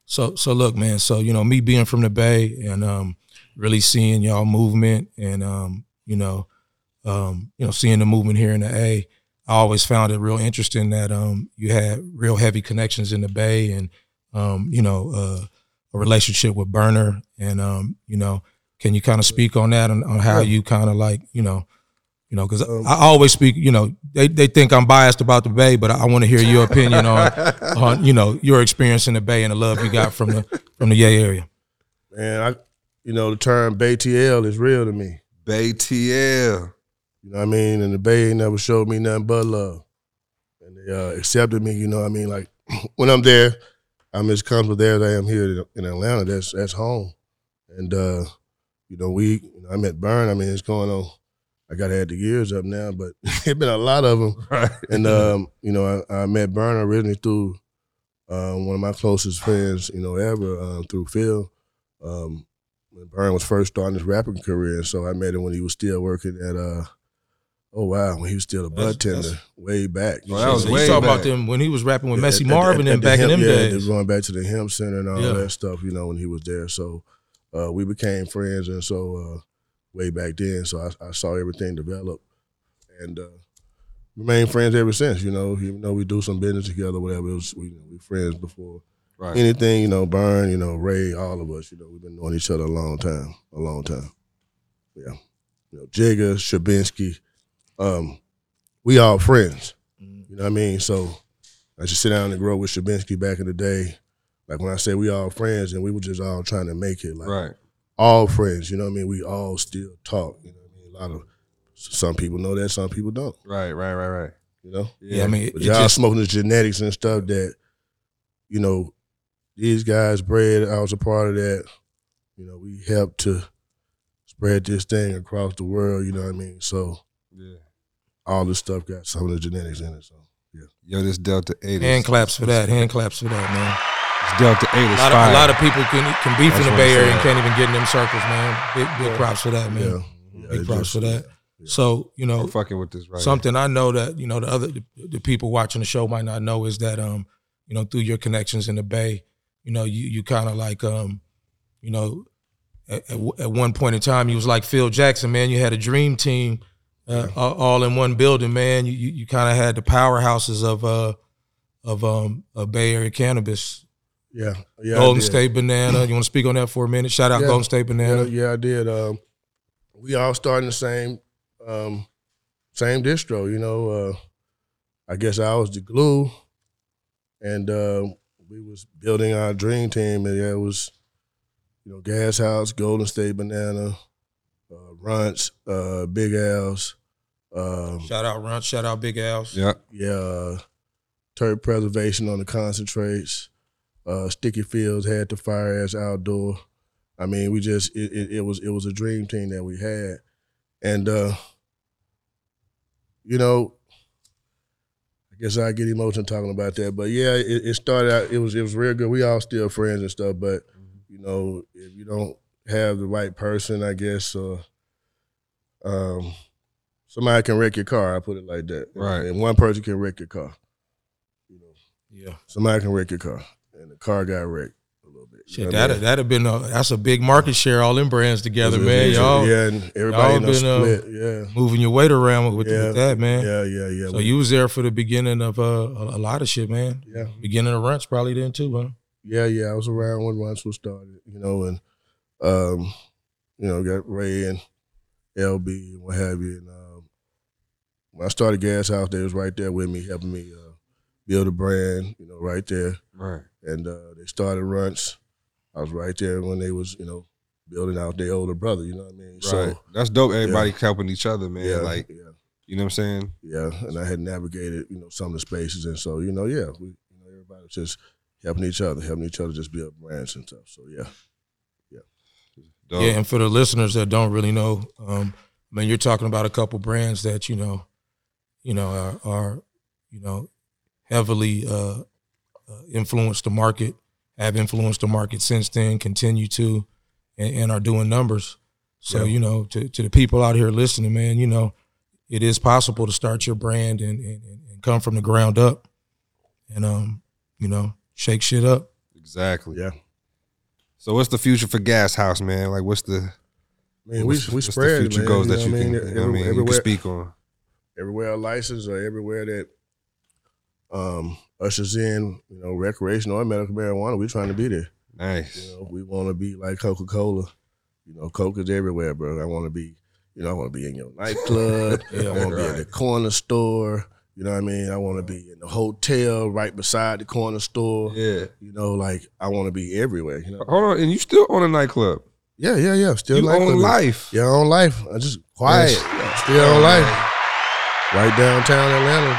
So so look, man. So you know, me being from the Bay and um, really seeing y'all movement and um, you know, um, you know, seeing the movement here in the A, I always found it real interesting that um, you had real heavy connections in the Bay and um, you know, uh, a relationship with Burner and um, you know, can you kind of speak on that and on how you kind of like you know. You know, because I always speak. You know, they, they think I'm biased about the Bay, but I want to hear your opinion on on Uh, you know your experience in the Bay and the love you got from the from the Yay area.
And I, you know, the term BTL is real to me.
Bay TL.
You know what I mean? And the Bay ain't never showed me nothing but love. And they uh, accepted me, you know what I mean? Like when I'm there, I'm as comfortable there as I am here in Atlanta. That's that's home. And uh, you know, we you know, I'm at Burn, I mean, it's going on. I gotta add the years up now, but it been a lot of them.
Right.
And
uh,
um, you know, I, I met Burn originally through um, one of my closest friends, you know, ever um, through Phil. Um, when Burn was first starting his rapping career, and so I met him when he was still working at uh, oh wow, when he was still a
That's-
bud tender, way back.
Oh, that was
so
way
you talk
back.
about them when he was rapping with
Yeah,
Messy
at- at-
Marvin
at
and
the
back in
hemp-
them
yeah, they
days.
going back to the hemp center and all
Yeah.
that stuff, you know, when he was there. So uh, we became friends, and so uh, way back then, so I, I saw everything develop, and uh, remained friends ever since. You know, even though we do some business together, whatever. It was, we we friends before
Right.
anything. You know, Burn, you know, Ray, all of us. You know, we've been knowing each other a long time, a long time. Yeah, you know, Jigga, Shabinsky, um, we all friends. You know what I mean? So I just sit down and grow with Shabinsky back in the day. Like when I say we all friends and we were just all trying to make it. Like
Right.
all friends, you know what I mean? We all still talk. You know what I mean? A lot of some people know that, some people don't,
Right. Right. Right. Right.
you know?
Yeah, I mean, it,
But
it
y'all
just
smoking the genetics and stuff that, you know, these guys bred, I was a part of that. You know, we helped to spread this thing across the world, you know what I mean? So
yeah.
all this stuff got some of the genetics in it. So
Yo, this Delta Eight.
hand
Is,
claps for that. Hand claps for that, man.
this Delta Eight
A
is
lot, of,
fire.
a lot of people can can be from
That's
the
what
Bay
I'm
Area and
saying.
can't even get in them circles, man. Big, big props for that, man.
yeah. yeah
Big
it
props
just-
for that.
yeah.
So you know,
I'm fucking with this right.
something I know that you know the other the, the people watching the show might not know is that um you know through your connections in the Bay, you know you you kind of like um you know at, at, w- at one point in time you was like Phil Jackson man you had a dream team uh, a- all in one building man you you, you kind of had the powerhouses of uh of um of Bay Area cannabis
Yeah, yeah. I
Golden
did.
State Banana you want to speak on that for a minute shout out
Yeah.
Golden State
Yeah,
Banana
yeah, I did. Um, we all started in the same, um, same distro. You know, uh, I guess I was the glue, and uh, we was building our dream team. And yeah, it was, you know, Gas House, Golden State Banana, uh, Runts, uh, Big Al's, um,
shout out Ron shout out Big Al's
Yeah.
yeah, uh, turf preservation on the concentrates. Uh, Sticky Fields had the fire ass outdoor. I mean, we just it, it, it was it was a dream team that we had, and uh, you know, I guess I get emotional talking about that. But yeah, it, it started out it was it was real good. We all still friends and stuff, but you know, if you don't have the right person, I guess, uh, um, somebody can wreck your car. I put it like that.
Right.
And one person can wreck your car.
yeah
Somebody can wreck your car, and the car got wrecked a little bit.
Shit, that would that have been a that's a big market share. All them brands together, man. Y'all
yeah, and everybody
y'all
in a
been, uh,
split. yeah,
moving your weight around with,
Yeah.
with that, man.
yeah, yeah, yeah.
So you was there for the beginning of uh, a, a lot of shit, man.
yeah.
Beginning of runs probably then too, huh?
Yeah, yeah. I was around when Runs was started, you know, and um, you know, got Ray and LB and what have you. And um, when I started Gas House, they was right there with me, helping me uh, build a brand, you know, right there.
Right.
And uh, they started Runs. I was right there when they was, you know, building out their older brother. You know what I mean?
Right.
So
That's dope. Everybody helping each other, man.
yeah,
Like,
yeah,
you know what I'm saying?
yeah. And I had navigated, you know, some of the spaces, and so you know, yeah, we, you know, everybody was just helping each other, helping each other just build brands and stuff. So yeah.
Dope.
Yeah, and for the listeners that don't really know, um, I mean, you're talking about a couple brands that you know, you know, are, are you know, heavily uh, uh, influenced the market, have influenced the market since then, continue to, and, and are doing numbers. So you know, to, to the people out here listening, man, you know, it is possible to start your brand and, and, and come from the ground up, and um, you know, shake shit up.
Exactly.
Yeah.
So what's the future for Gas House, man? Like, what's the
I mean,
what's,
we, we
what's
spread
the future
man,
goals
you
that you
know what I
can,
mean?
you know what I mean, you can
everywhere,
speak on?
everywhere a license or everywhere that um, ushers in, you know, recreational or medical marijuana, we're trying to be there. You
Nice.
know, we want to be like Coca Cola. You know, Coke is everywhere, bro. I want to be, you know, I want to be in your nightclub.
Yeah,
I want to be at the corner store. You know what I mean? I want to be in the hotel right beside the corner store.
Yeah.
You know, like I want to be everywhere. You know?
Hold on, and you still own a nightclub?
Yeah, yeah, yeah. Still
you own
nightclubbing.
life.
Your own life. I just quiet.
Yes.
Yeah, Still on life. Right downtown Atlanta.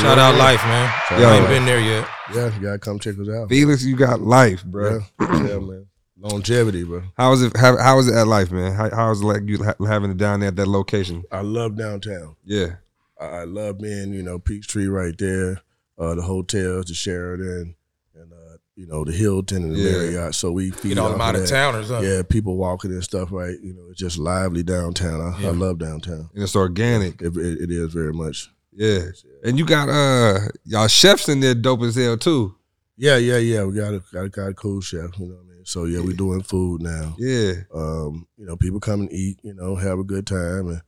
Shout out Life, man.
Shout
Yo.
I
out
ain't
Life.
been there yet.
Yeah, you gotta come check us out.
Felix, you got life, bro.
Yeah, yeah, man. Longevity, bro.
How is it? How, how is it at life, man? How, how is it like you ha- having it down there at that location?
I love downtown.
Yeah,
I, I love being, you know, Peachtree right there, uh, the hotels, the Sheridan, and uh, you know, the Hilton and the
Yeah.
Marriott. So we feed
Get all
off
them out of
that.
towners, huh?
Yeah, people walking and stuff, right? You know, it's just lively downtown. I,
Yeah.
I love downtown.
and it's organic.
It, it, it is very much.
Yeah, and you got uh y'all chefs in there, dope as hell too.
Yeah, yeah, yeah. We got a got a, got a cool chef, you know what I mean? So yeah, we're doing food now.
Yeah,
um, you know, people come and eat, you know, have a good time, and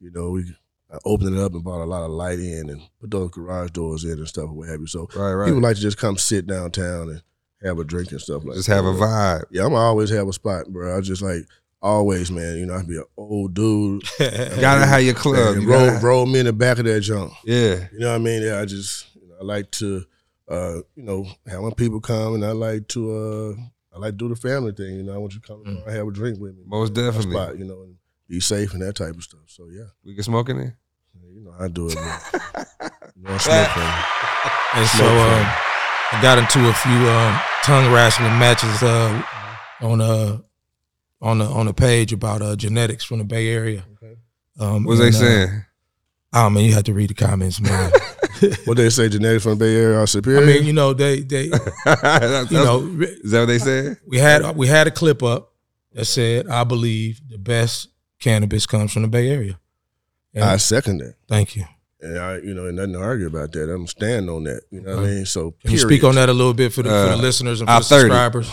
you know, we I opened it up and brought a lot of light in and put those garage doors in and stuff, what have you. So
right, right.
people like to just come sit downtown and have a drink and stuff like.
Just have a
that.
vibe.
Yeah, I'm always have a spot, bro. I just like always, man. You know, I be an old dude.
Gotta have your club.
and
You
roll
gotta-
roll me in the back of that junk.
yeah,
You know what I mean? Yeah, I just you know, I like to uh, you know, have when people come and I like to uh I like to do the family thing, you know. I want you to come and have a drink with me
Mm. most
my
definitely.
spot, you know, and be safe and that type of stuff. So yeah,
We can smoke in there.
you know, I do it. Man. You know, I smoke for
And so um, I got into a few um, tongue wrestling matches uh, on uh, on the on the page about uh, genetics from the Bay Area.
Okay.
Um,
What was they
and, uh,
saying?
oh man, you have to read the comments, man.
it. What they say, genetics from the Bay Area are
I
superior.
mean, you know, they they you
That's-
know re-
is that what they said?
we had we had a clip up that said, "I believe the best cannabis comes from the Bay Area." And
I second that,
thank you.
and I, you know, and nothing to argue about that. I'm standing on that. You know what I
Okay.
mean? So
Uh, Can you
period.
speak on that a little bit for the, for
Uh,
the listeners and for the
I-30.
subscribers?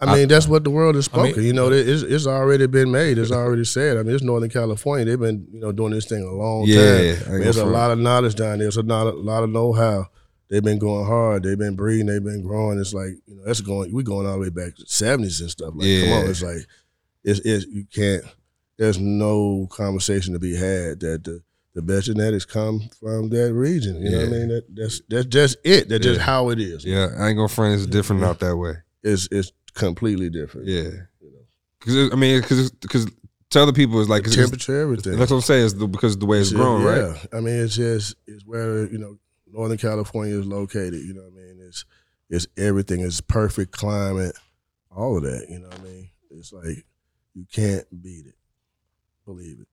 I mean, that's what the world has
I mean- uh,
spoken. you know, it- it's, it's already been made. It's already said. I mean, it's Northern California. They've been, you know, doing this thing a long
Yeah,
time.
I
I mean,
go
there's a
for it.
lot of knowledge down there. There's a lot, a lot of know-how. They've been going hard. They've been breeding. They've been growing. It's like, you know, that's going. We're going all the way back to the '70s and stuff. Like, come
Yeah.
on, it's like, it's, it's you can't. There's no conversation to be had that the the best genetics come from that region. You know what
Yeah.
I mean? That, that's that's just it. That's just
Yeah.
how it is.
Yeah, I ain't gonna friends different out that way.
It's it's completely different.
Yeah, because I mean, because because to other people it's like it's, it's-
Temperature, everything.
that's what I'm saying. It's the, because of the way it's
It's-
grown, right?
Yeah. I mean, it's just it's where you know Northern California is located. You know what I mean? It's it's everything. It's perfect climate. All of that. You know what I mean? It's like you can't beat it. Believe it.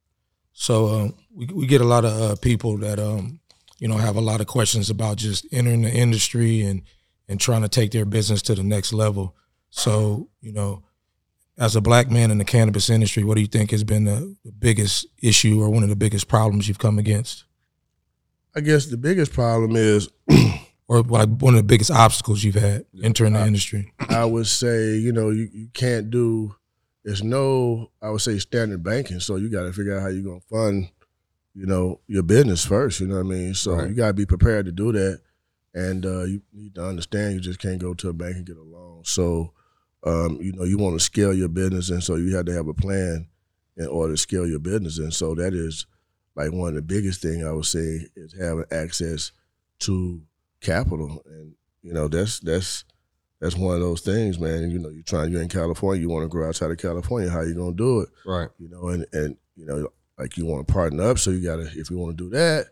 So um, we we get a lot of uh, people that um, you know have a lot of questions about just entering the industry and and trying to take their business to the next level. So you know, as a black man in the cannabis industry, what do you think has been the biggest issue or one of the biggest problems you've come against?
I guess the biggest problem is
or like one of the biggest obstacles you've had entering the industry?
I would say, you know, you, you can't do, there's no, I would say, standard banking. So you got to figure out how you're going to fund, you know, your business first. You know what I mean? So
Right.
you got to be prepared to do that. And uh, you need to understand you just can't go to a bank and get a loan. So, um, you know, you want to scale your business. And so you have to have a plan in order to scale your business. And so that is like one of the biggest thing I would say is having access to capital. And, you know, that's, that's, that's one of those things, man. You know, you're trying, you're in California, you want to grow outside of California. How you gonna do it?
Right.
You know, and and you know, like you want to partner up, so you gotta, if you want to do that,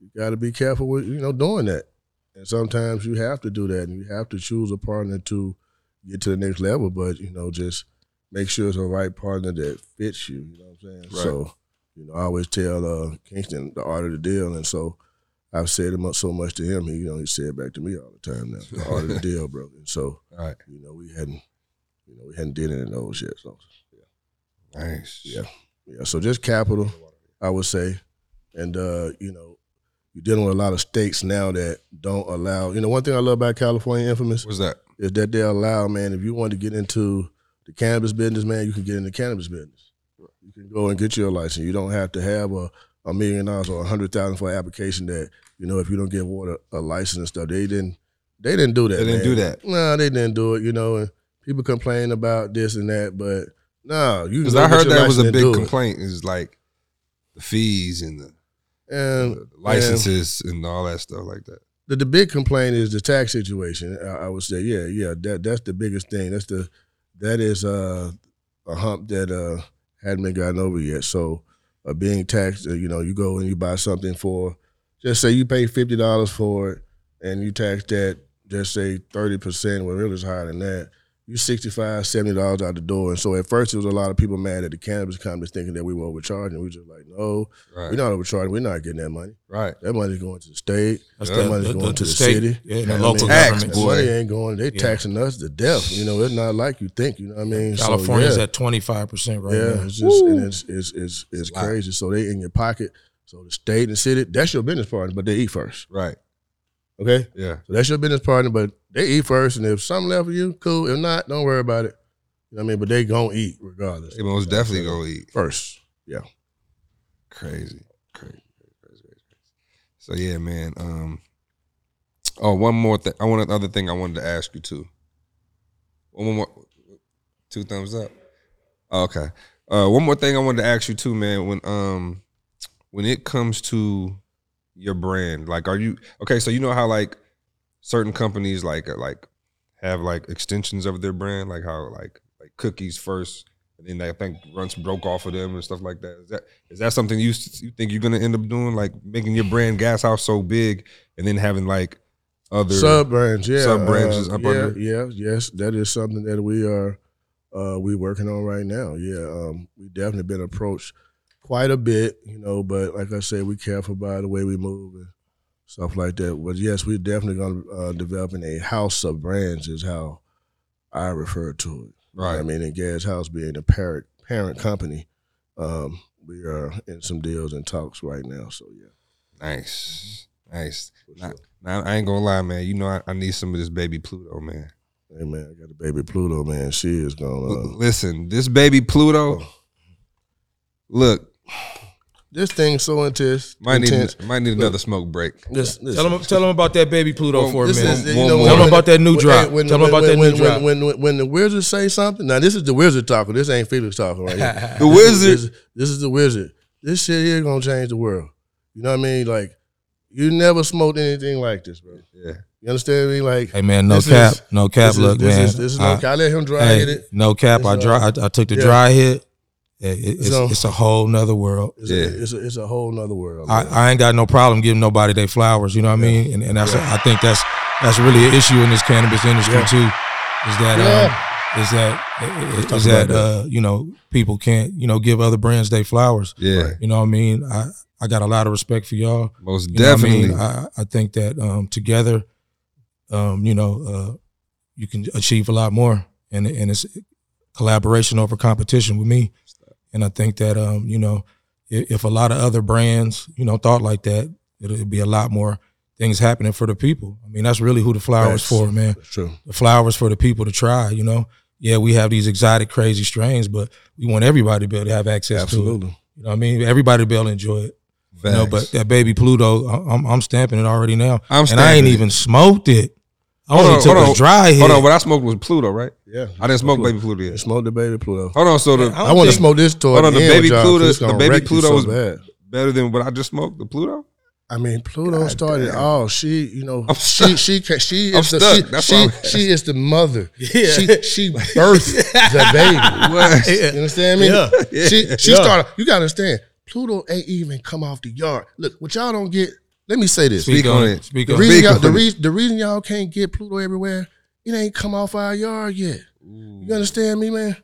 you gotta be careful with you know doing that. And sometimes you have to do that, and you have to choose a partner to get to the next level. But you know, just make sure it's the right partner that fits you. You know what I'm saying?
Right.
So, you know, I always tell uh, Kingston the art of the deal, and so. I've said him so much to him, he you know he said back to me all the time now. The art of the deal, bro. And so
All right.
you know, we hadn't, you know, we hadn't did any of those yet. So
Nice.
Yeah. yeah, so just capital, I would say, and uh, you know, you're dealing with a lot of states now that don't allow. You know, one thing I love about California, infamous,
What's that?
is that they allow, man, if you want to get into the cannabis business, man, you can get into cannabis business. You can go and get your license. You don't have to have a, a million dollars or a hundred thousand for an application that, you know, if you don't get water a license and stuff. They didn't they didn't do that.
They didn't
man.
do that.
No, they didn't do it, you know, and people complain about this and that, but no, you can
Because
go
I
get
heard
your
that was
license
a
and
big
do it.
complaint. Is like the fees and the,
And
the licenses and all that stuff like that.
the, the big complaint is the tax situation. I, I would say, yeah, yeah, that that's the biggest thing. That's the that is uh, a hump that uh, hadn't been gotten over yet. So uh, being taxed, uh, you know, you go and you buy something for, just say you pay fifty dollars for it, and you tax that, just say thirty percent. Well, really, it's higher than that. You $65, 70 dollars out the door. And so at first, it was a lot of people mad at the cannabis companies thinking that we were overcharging. We were just like, no,
Right.
we're not overcharging. We're not getting that money.
right.
That money's going to the state.
That's
Yeah.
the,
That money's
the-
going
the-
to
the
the
state
city.
yeah, and the
I mean,
local
tax,
government.
boy.
Money ain't going. They
Yeah.
taxing us to death. You know, it's not like you think. You know what I mean? So,
California's
yeah.
at twenty five percent right
yeah.
now.
It's just and it's it's it's, it's
a lot.
crazy. So they in your pocket. So the state and city, that's your business partner, but they eat first.
Right.
Okay,
Yeah.
so that's your business partner, but they eat first. And if something left for you, cool. If not, don't worry about it. You know what I mean? But they gonna eat regardless.
They most definitely gonna eat.
First,
Crazy. Crazy. Crazy. Crazy. So yeah, man. Um. Oh, one more thing. I want another thing I wanted to ask you too. One more. Two thumbs up. Okay. Uh, one more thing I wanted to ask you too, man. When um, when it comes to your brand, like, are you okay? So you know how like certain companies like uh, like have like extensions of their brand, like how like like cookies first, and then I think runs broke off of them and stuff like that. Is that is that something you s- you think you're gonna end up doing, like making your brand Gas House so big, and then having like other
sub brands, yeah,
sub-branches
uh,
up
yeah,
under?
yeah, yes, that is something that we are uh, we working on right now. Yeah, um, we definitely been approached quite a bit, you know, but like I said, we careful about the way we move and stuff like that. But yes, we're definitely gonna uh, developing a house of brands is how I refer to it.
right?
I mean, and Gas House being the parent parent company, um, we are in some deals and talks right now. So yeah.
Nice, nice.
for
Now, now, I ain't gonna lie, man. You know I, I need some of this baby Pluto, man.
Hey man, I got a baby Pluto man. She is
L-
gonna.
listen, this baby Pluto. Look,
this thing's so intense.
might
intense.
need might need another smoke break.
This, this,
Tell them, tell them about that baby Pluto
Well,
for a
this
minute.
is you
One
know,
more.
when-
Tell 'em
about that new
when-
drop.
When,
Tell 'em
when-
about
when,
that new
when,
drop.
When, when, when the wizard say something, now this is the wizard talking. This ain't Felix talking right here.
The
This,
wizard.
is- this is the wizard. This shit here gonna change the world. You know what I mean? Like you never smoked anything like this, bro.
Yeah,
You understand me? Like
Hey man, no
This
cap,
is-
no cap.
this
Look,
is, this
man,
Is, this is no.
I-
I let him dry
hey,
hit it.
no cap.
It's,
I dry, I, I took the
yeah.
dry hit. It- it- it's,
So-
it's a whole nother world.
It's,
Yeah.
a, it's, a, it's a whole nother world.
I,
man.
I ain't got no problem giving nobody their flowers. You know what I mean? And, and that's I think that's that's really an issue in this cannabis industry
Yeah.
too. Is that um, is that
talk
is that uh,
about
you know people can't you know give other brands their flowers.
yeah,
You know what I mean? I I got a lot of respect for y'all.
most
You know what
definitely.
I, mean? I, I think that um, together, um, you know, uh, you can achieve a lot more, and and it's collaboration over competition with me. And I think that um, you know, if, if a lot of other brands, you know, thought like that, it'd, it'd be a lot more things happening for the people. I mean, that's really who the flower is
Facts.
for, man.
That's true.
The flower is for the people to try. You know, yeah, we have these exotic, crazy strains, but we want everybody to be able to have access to it.
Absolutely.
You know, what I mean, everybody to be able to enjoy it. You know,
Facts.
but that baby Pluto, I- I'm, I'm stamping it already now,
I'm
and I ain't
stamping it.
even smoked it. I
Hold
only
on,
took
hold
a
on.
dry hit.
Hold on, what I smoked was Pluto, right?
Yeah.
I didn't smoke baby Pluto yet.
Smoke the baby Pluto.
Hold on, so the
I
I, want to
think-
smoke this toy.
Hold on, the baby Pluto-
It's gonna
the baby
wreck you
Pluto
so
was-
bad.
better than what I just smoked, the Pluto?
I mean, Pluto started all. She, you know,
I'm
she,
stuck.
she, ca- she
I'm
is the
stuck.
she,
That's
she,
why I'm-
she is the mother.
Yeah.
She, she birthed the baby.
What?
You understand me?
Yeah.
She, she
Yeah.
started. You gotta understand. Pluto ain't even come off the yard. Look, what y'all don't get. Let me say this.
Speak on it. Speak
The
on
Read-
it.
reason,
Speak
y'all, the,
on it.
reason, the reason y'all can't get Pluto everywhere, it ain't come off our yard yet. You understand me, man?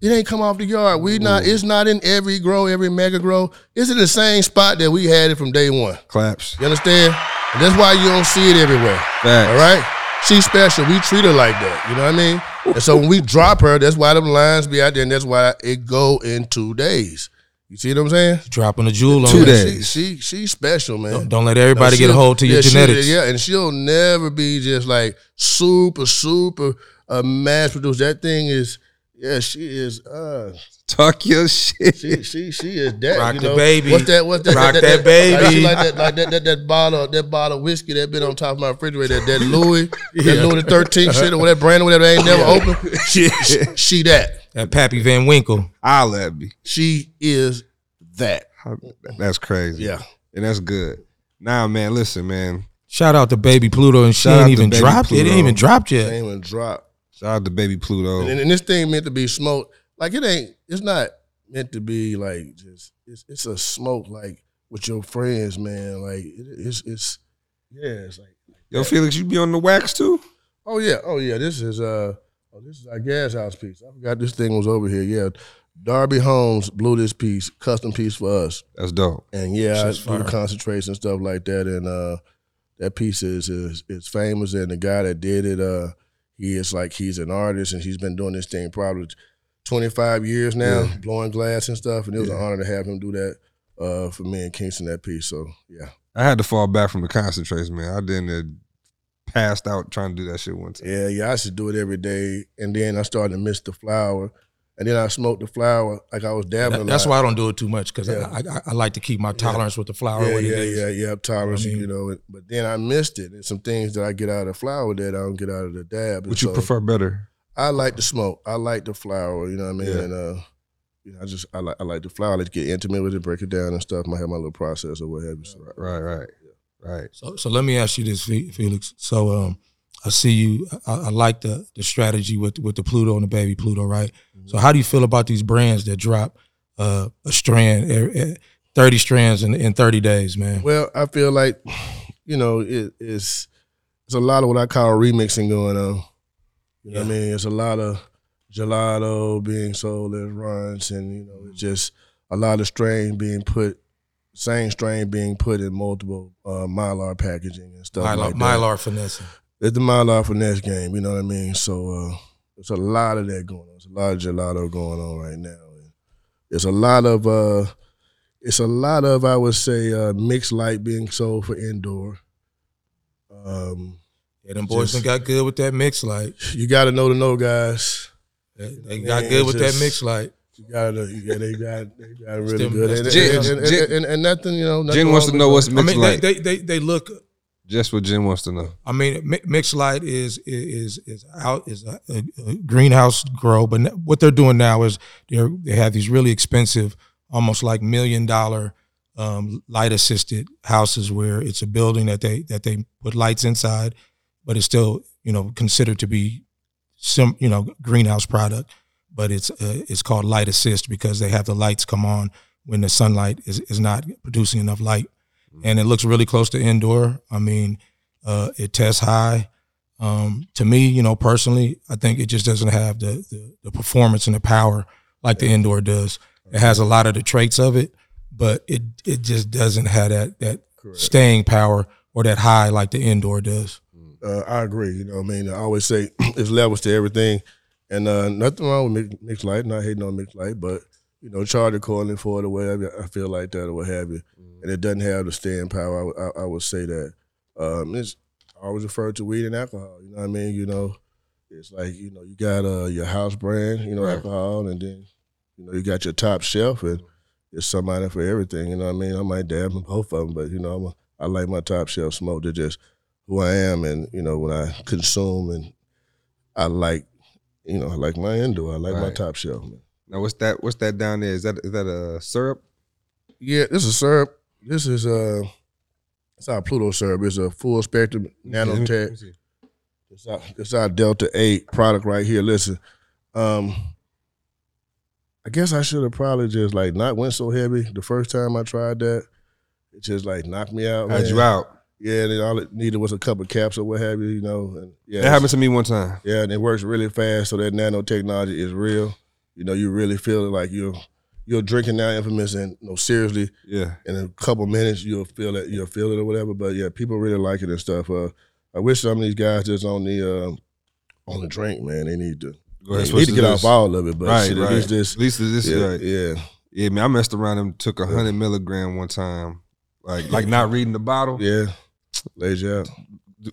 It ain't come off the yard. We not. It's not in every grow, every mega grow. It's in the same spot that we had it from day one.
Claps.
You understand? And that's why you don't see it everywhere.
Facts.
All right? She's special. We treat her like that. You know what I mean? And so when we drop her, that's why them lines be out there, and that's why it go in two days. You see what I'm saying?
Dropping a jewel on
Two
it.
days.
She, she she's special, man.
Don't, don't let everybody get a
she'll-
hold to your
yeah, she'll-
genetics.
Yeah, and she'll never be just like super, super uh, mass produced. That thing is, yeah, she is. Uh,
Talk your shit.
she she she is that.
Rock
you
the
know?
baby.
What's that? What's that?
Rock
that,
that
Like,
baby.
she like that like that, that that bottle that bottle of whiskey that been on top of my refrigerator. That, that Louis that Louis the Thirteenth shit or whatever brand or whatever they ain't never opened. She, she she that
That Pappy Van Winkle.
I'll let me.
she is that.
That's crazy.
Yeah.
And that's good. Now, man, listen, man.
Shout out to Baby Pluto, and she
Shout out
ain't
to
even
Baby
dropped. It
Pluto.
ain't even dropped
They
yet.
ain't even drop.
Shout out to baby Pluto.
And, and this thing meant to be smoked. Like it ain't. It's not meant to be like just. It's it's a smoke like with your friends, man. Like it, it's it's yeah. It's like
Yo, Felix, you be on the wax too?
oh yeah, oh yeah. This is uh oh this is our gas house piece. I forgot this thing was over here. Yeah, Darby Holmes blew this piece, custom piece for us,
That's dope.
and yeah, I
Shit's
do the
fire.
concentrates and stuff like that. And uh that piece is is is famous, and the guy that did it, uh, he is like he's an artist, and he's been doing this thing probably 25 years now,
Yeah.
blowing glass and stuff. And it was an
Yeah.
honor to have him do that uh, for me and Kingston that piece. So yeah,
I had to fall back from the concentrates, man. I didn't uh, passed out trying to do that shit one time.
yeah, yeah. I should do it every day, and then I started to miss the flower, and then I smoked the flower like I was dabbing.
That-
a
that's
lot.
why I don't do it too much because
Yeah.
I, I, I like to keep my tolerance with the flower.
Yeah,
what it
yeah,
is.
yeah, yeah. Tolerance,
You know what I
you know. But then I missed it. There's some things that I get out of the flower that I don't get out of the dab. and
What you
so-
prefer better?
I like the smoke. I like the flower. You know what I mean?
Yeah.
And uh, you know, I just I like I like the flower. I like to get intimate with it, break it down and stuff. I have my little process or what have you. So,
Right, right, right.
So, so let me ask you this, Fe- Felix. So, um, I see you. I, I like the the strategy with with the Pluto and the baby Pluto, right?
Mm-hmm.
So, how do you feel about these brands that drop uh, a strand, eh, eh, thirty strands in, in thirty days, man?
Well, I feel like you know it, it's it's a lot of what I call remixing going on. You know what I mean? It's a lot of gelato being sold at runs, and you know, it's
Mm-hmm.
just a lot of strain being put, same strain being put in multiple uh, mylar packaging and stuff
Mylar,
like that.
Mylar finesse.
it's the Mylar finesse game. You know what I mean? So uh, it's a lot of that going on. It's a lot of gelato going on right now. It's a lot of uh, it's a lot of I would say uh, mixed light being sold for indoor. Um,
Yeah, them boys
Just-
done got good with that mix light.
you got to know to know, guys.
They, they got
Man,
good with
just-
that mix light.
You got to, yeah, they got, they got really
Stem-
good, and,
Jen-
and, and,
Jen-
and, and, and nothing, you know. nothing
Jen wants to
wrong with
know
that.
what's
I
mixed
mean,
like.
they, they they they look
Just what Jen wants to know.
I mean, mi- mixed light is is is out is a, a, a greenhouse grow, but n- what they're doing now is they they have these really expensive, almost like million dollar um, light assisted houses where it's a building that they that they put lights inside, but it's still you know considered to be some you know greenhouse product, but it's uh, it's called light assist because they have the lights come on when the sunlight is is not producing enough light, and it looks really close to indoor. I mean. Uh, it tests high. Um, to me, you know, personally, I think it just doesn't have the the, the performance and the power like the indoor does. It has a lot of the traits of it, but it it just doesn't have that that staying power or that high like the indoor does.
uh, I agree. You know, what I mean, I always say it's levels to everything, and uh, nothing wrong with mix- mixed light. Not hating on mixed light, but you know, charge accordingly for it Mm. or whatever. I feel like that or what have you, and it doesn't have the staying power. I would- I, I would say that. Um, it's always referred to weed and alcohol. You know what I mean? You know, it's like you know you got uh, your house brand, you know,
Right.
alcohol, and then you know you got your top shelf, and there's somebody for everything. You know what I mean? I might dab in both of them, but you know I'm a, I like my top shelf smoke. They're just who I am, and you know when I consume, and I like. You know, I like my indoor. I like my
Right.
top shelf. Man.
Now what's that? What's that down there? Is that is that a syrup?
Yeah, this is syrup. This is uh, it's our Pluto syrup. It's a full spectrum nanotech. It's our, it's our Delta Eight product right here. Listen, um, I guess I should have probably just like not went so heavy the first time I tried that. It just like knocked me out.
Had
man.
you out?
Yeah, and then all it needed was a couple caps or what have you. You know, and yeah,
That happened to me one time.
yeah, and it works really fast. So that nanotechnology is real. You know, you really feel it like you're you're drinking now, infamous, and no seriously
Yeah.
in a couple minutes you'll feel it you'll feel it or whatever but yeah people really like it and stuff uh i wish some of these guys that's on the uh on the drink man they need to
Go
they
switch
need to get
this.
off all of it but
Right,
shit,
right.
at least this
At least this
yeah,
is right.
yeah
Yeah, man, I messed around and took a hundred milligram one time, like like not reading the bottle.
yeah lays you out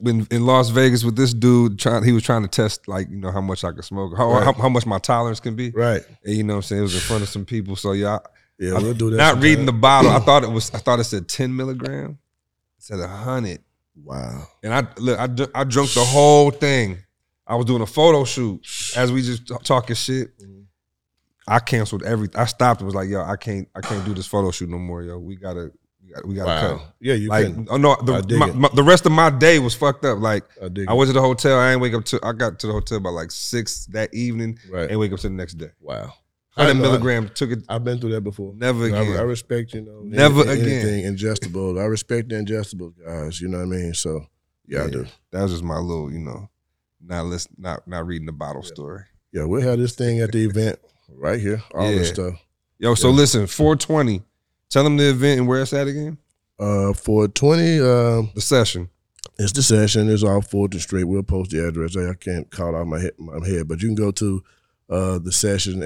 When in Las Vegas with this dude, trying he was trying to test like you know how much I could smoke, how
Right.
how, how much my tolerance can be.
right
And you know what I'm saying? It was in front of some people, so yeah, I-
yeah we'll do that
not
sometime.
reading the bottle. I thought it was I thought it said ten milligram, it said a hundred,
wow
and I look I dr- I drunk the whole thing. I was doing a photo shoot as we just t- talking shit. I canceled everything. I stopped and was like, "Yo, I can't, I can't do this photo shoot no more. Yo, we gotta, we gotta, we gotta cut."
wow yeah you
Like,
can
oh no,
I
the,
dig
my,
it.
my, the rest of my day was fucked up. Like,
i dig
I
it.
went to the hotel. I ain't wake up to. I got to the hotel by like six that evening,
right
and wake up to the next day.
wow
Hundred
I know, I- uh,
milligram took it.
i've been through that before
Never
I,
again.
I respect you know
Never
anything,
again.
anything ingestible i respect the ingestible guys you know what i mean so yeah, i
Yeah.
do
that was just my little, you know, not listen, not not reading the bottle
Yeah.
story.
Yeah, we'll have this thing at the event right here. All this
Yeah.
stuff.
Yo, so
Yeah.
listen, 420. Tell them the event and where it's at again.
Uh, for twenty, um,
The session.
it's the session. It's all Fourth and Straight. We'll post the address. I I can't call it off my head, my head, but you can go to uh, the session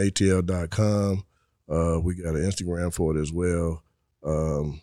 atl.com. Uh, we got an Instagram for it as well. Um,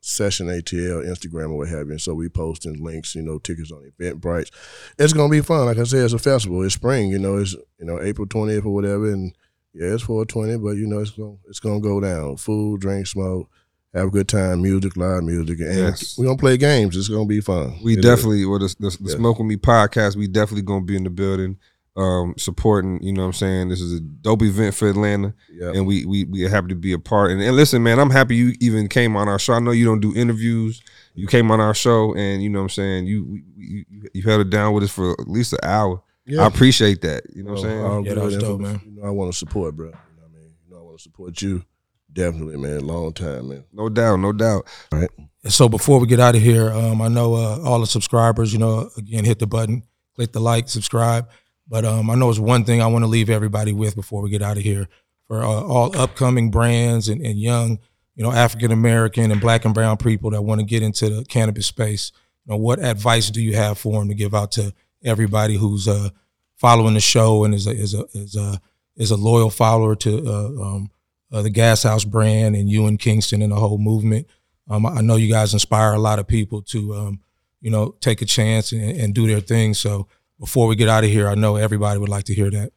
session ATL Instagram or what have you. And so we posting links, you know, tickets on Eventbrite. It's gonna be fun. Like I said, it's a festival. It's spring. You know, it's you know April twentieth or whatever. And yeah, it's four twenty, but you know it's gonna it's gonna go down. Food, drink, smoke. Have a good time, music, live music, and
Yes.
we're gonna play games. It's gonna be fun.
We
It is.
definitely, or the, the, the
Yeah.
Smoke With Me podcast, we definitely going to be in the building um, supporting, you know what I'm saying? This is a dope event for Atlanta,
yeah.
and we we, we are happy to be a part. And, and listen, man, I'm happy you even came on our show. I know you don't do interviews. You came on our show, and you know what I'm saying? You we- you, you, you held it down with us for at least an hour.
Yeah. Oh,
I appreciate that. You know what I'm saying?
All
Yeah, that
good
was dope,
info-
man.
You know, I want to support, bro. You know what I mean? You know, I want to support you. Definitely, man. Long time, man.
no doubt, no doubt.
And so before we get out of here, um, I know uh, all the subscribers, you know, again, hit the button, click the like, subscribe. But um, I know it's one thing I want to leave everybody with before we get out of here for uh, all upcoming brands and, and young, you know, African American and black and brown people that want to get into the cannabis space. You know, what advice do you have for them to give out to everybody who's uh, following the show and is a, is a, is a, is a loyal follower to uh, um, uh, the Gas House brand and you and Kingston and the whole movement? Um, I know you guys inspire a lot of people to, um, you know, take a chance and, and do their thing. So before we get out of here, I know everybody would like to hear that.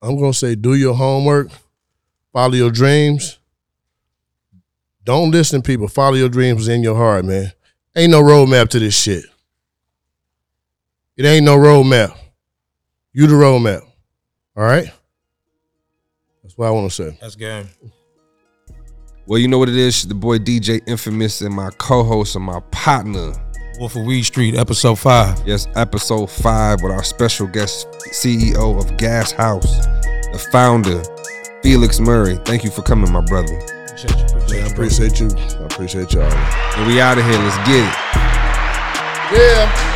I'm gonna say, do your homework, follow your dreams. Don't listen, to people. Follow your dreams in your heart, man. Ain't no roadmap to this shit. It ain't no roadmap. You the roadmap. All right. That's what I want to say.
That's game.
Well, you know what it is? The boy DJ Infamous and my co-host and my partner.
Wolf of Weed Street, episode five.
Yes, episode five with our special guest CEO of Gas House, the founder, Felix Murray. Thank you for coming, my brother.
Appreciate you. Appreciate you, bro.
I appreciate you. I appreciate y'all.
And we out of here. Let's get it.
Yeah.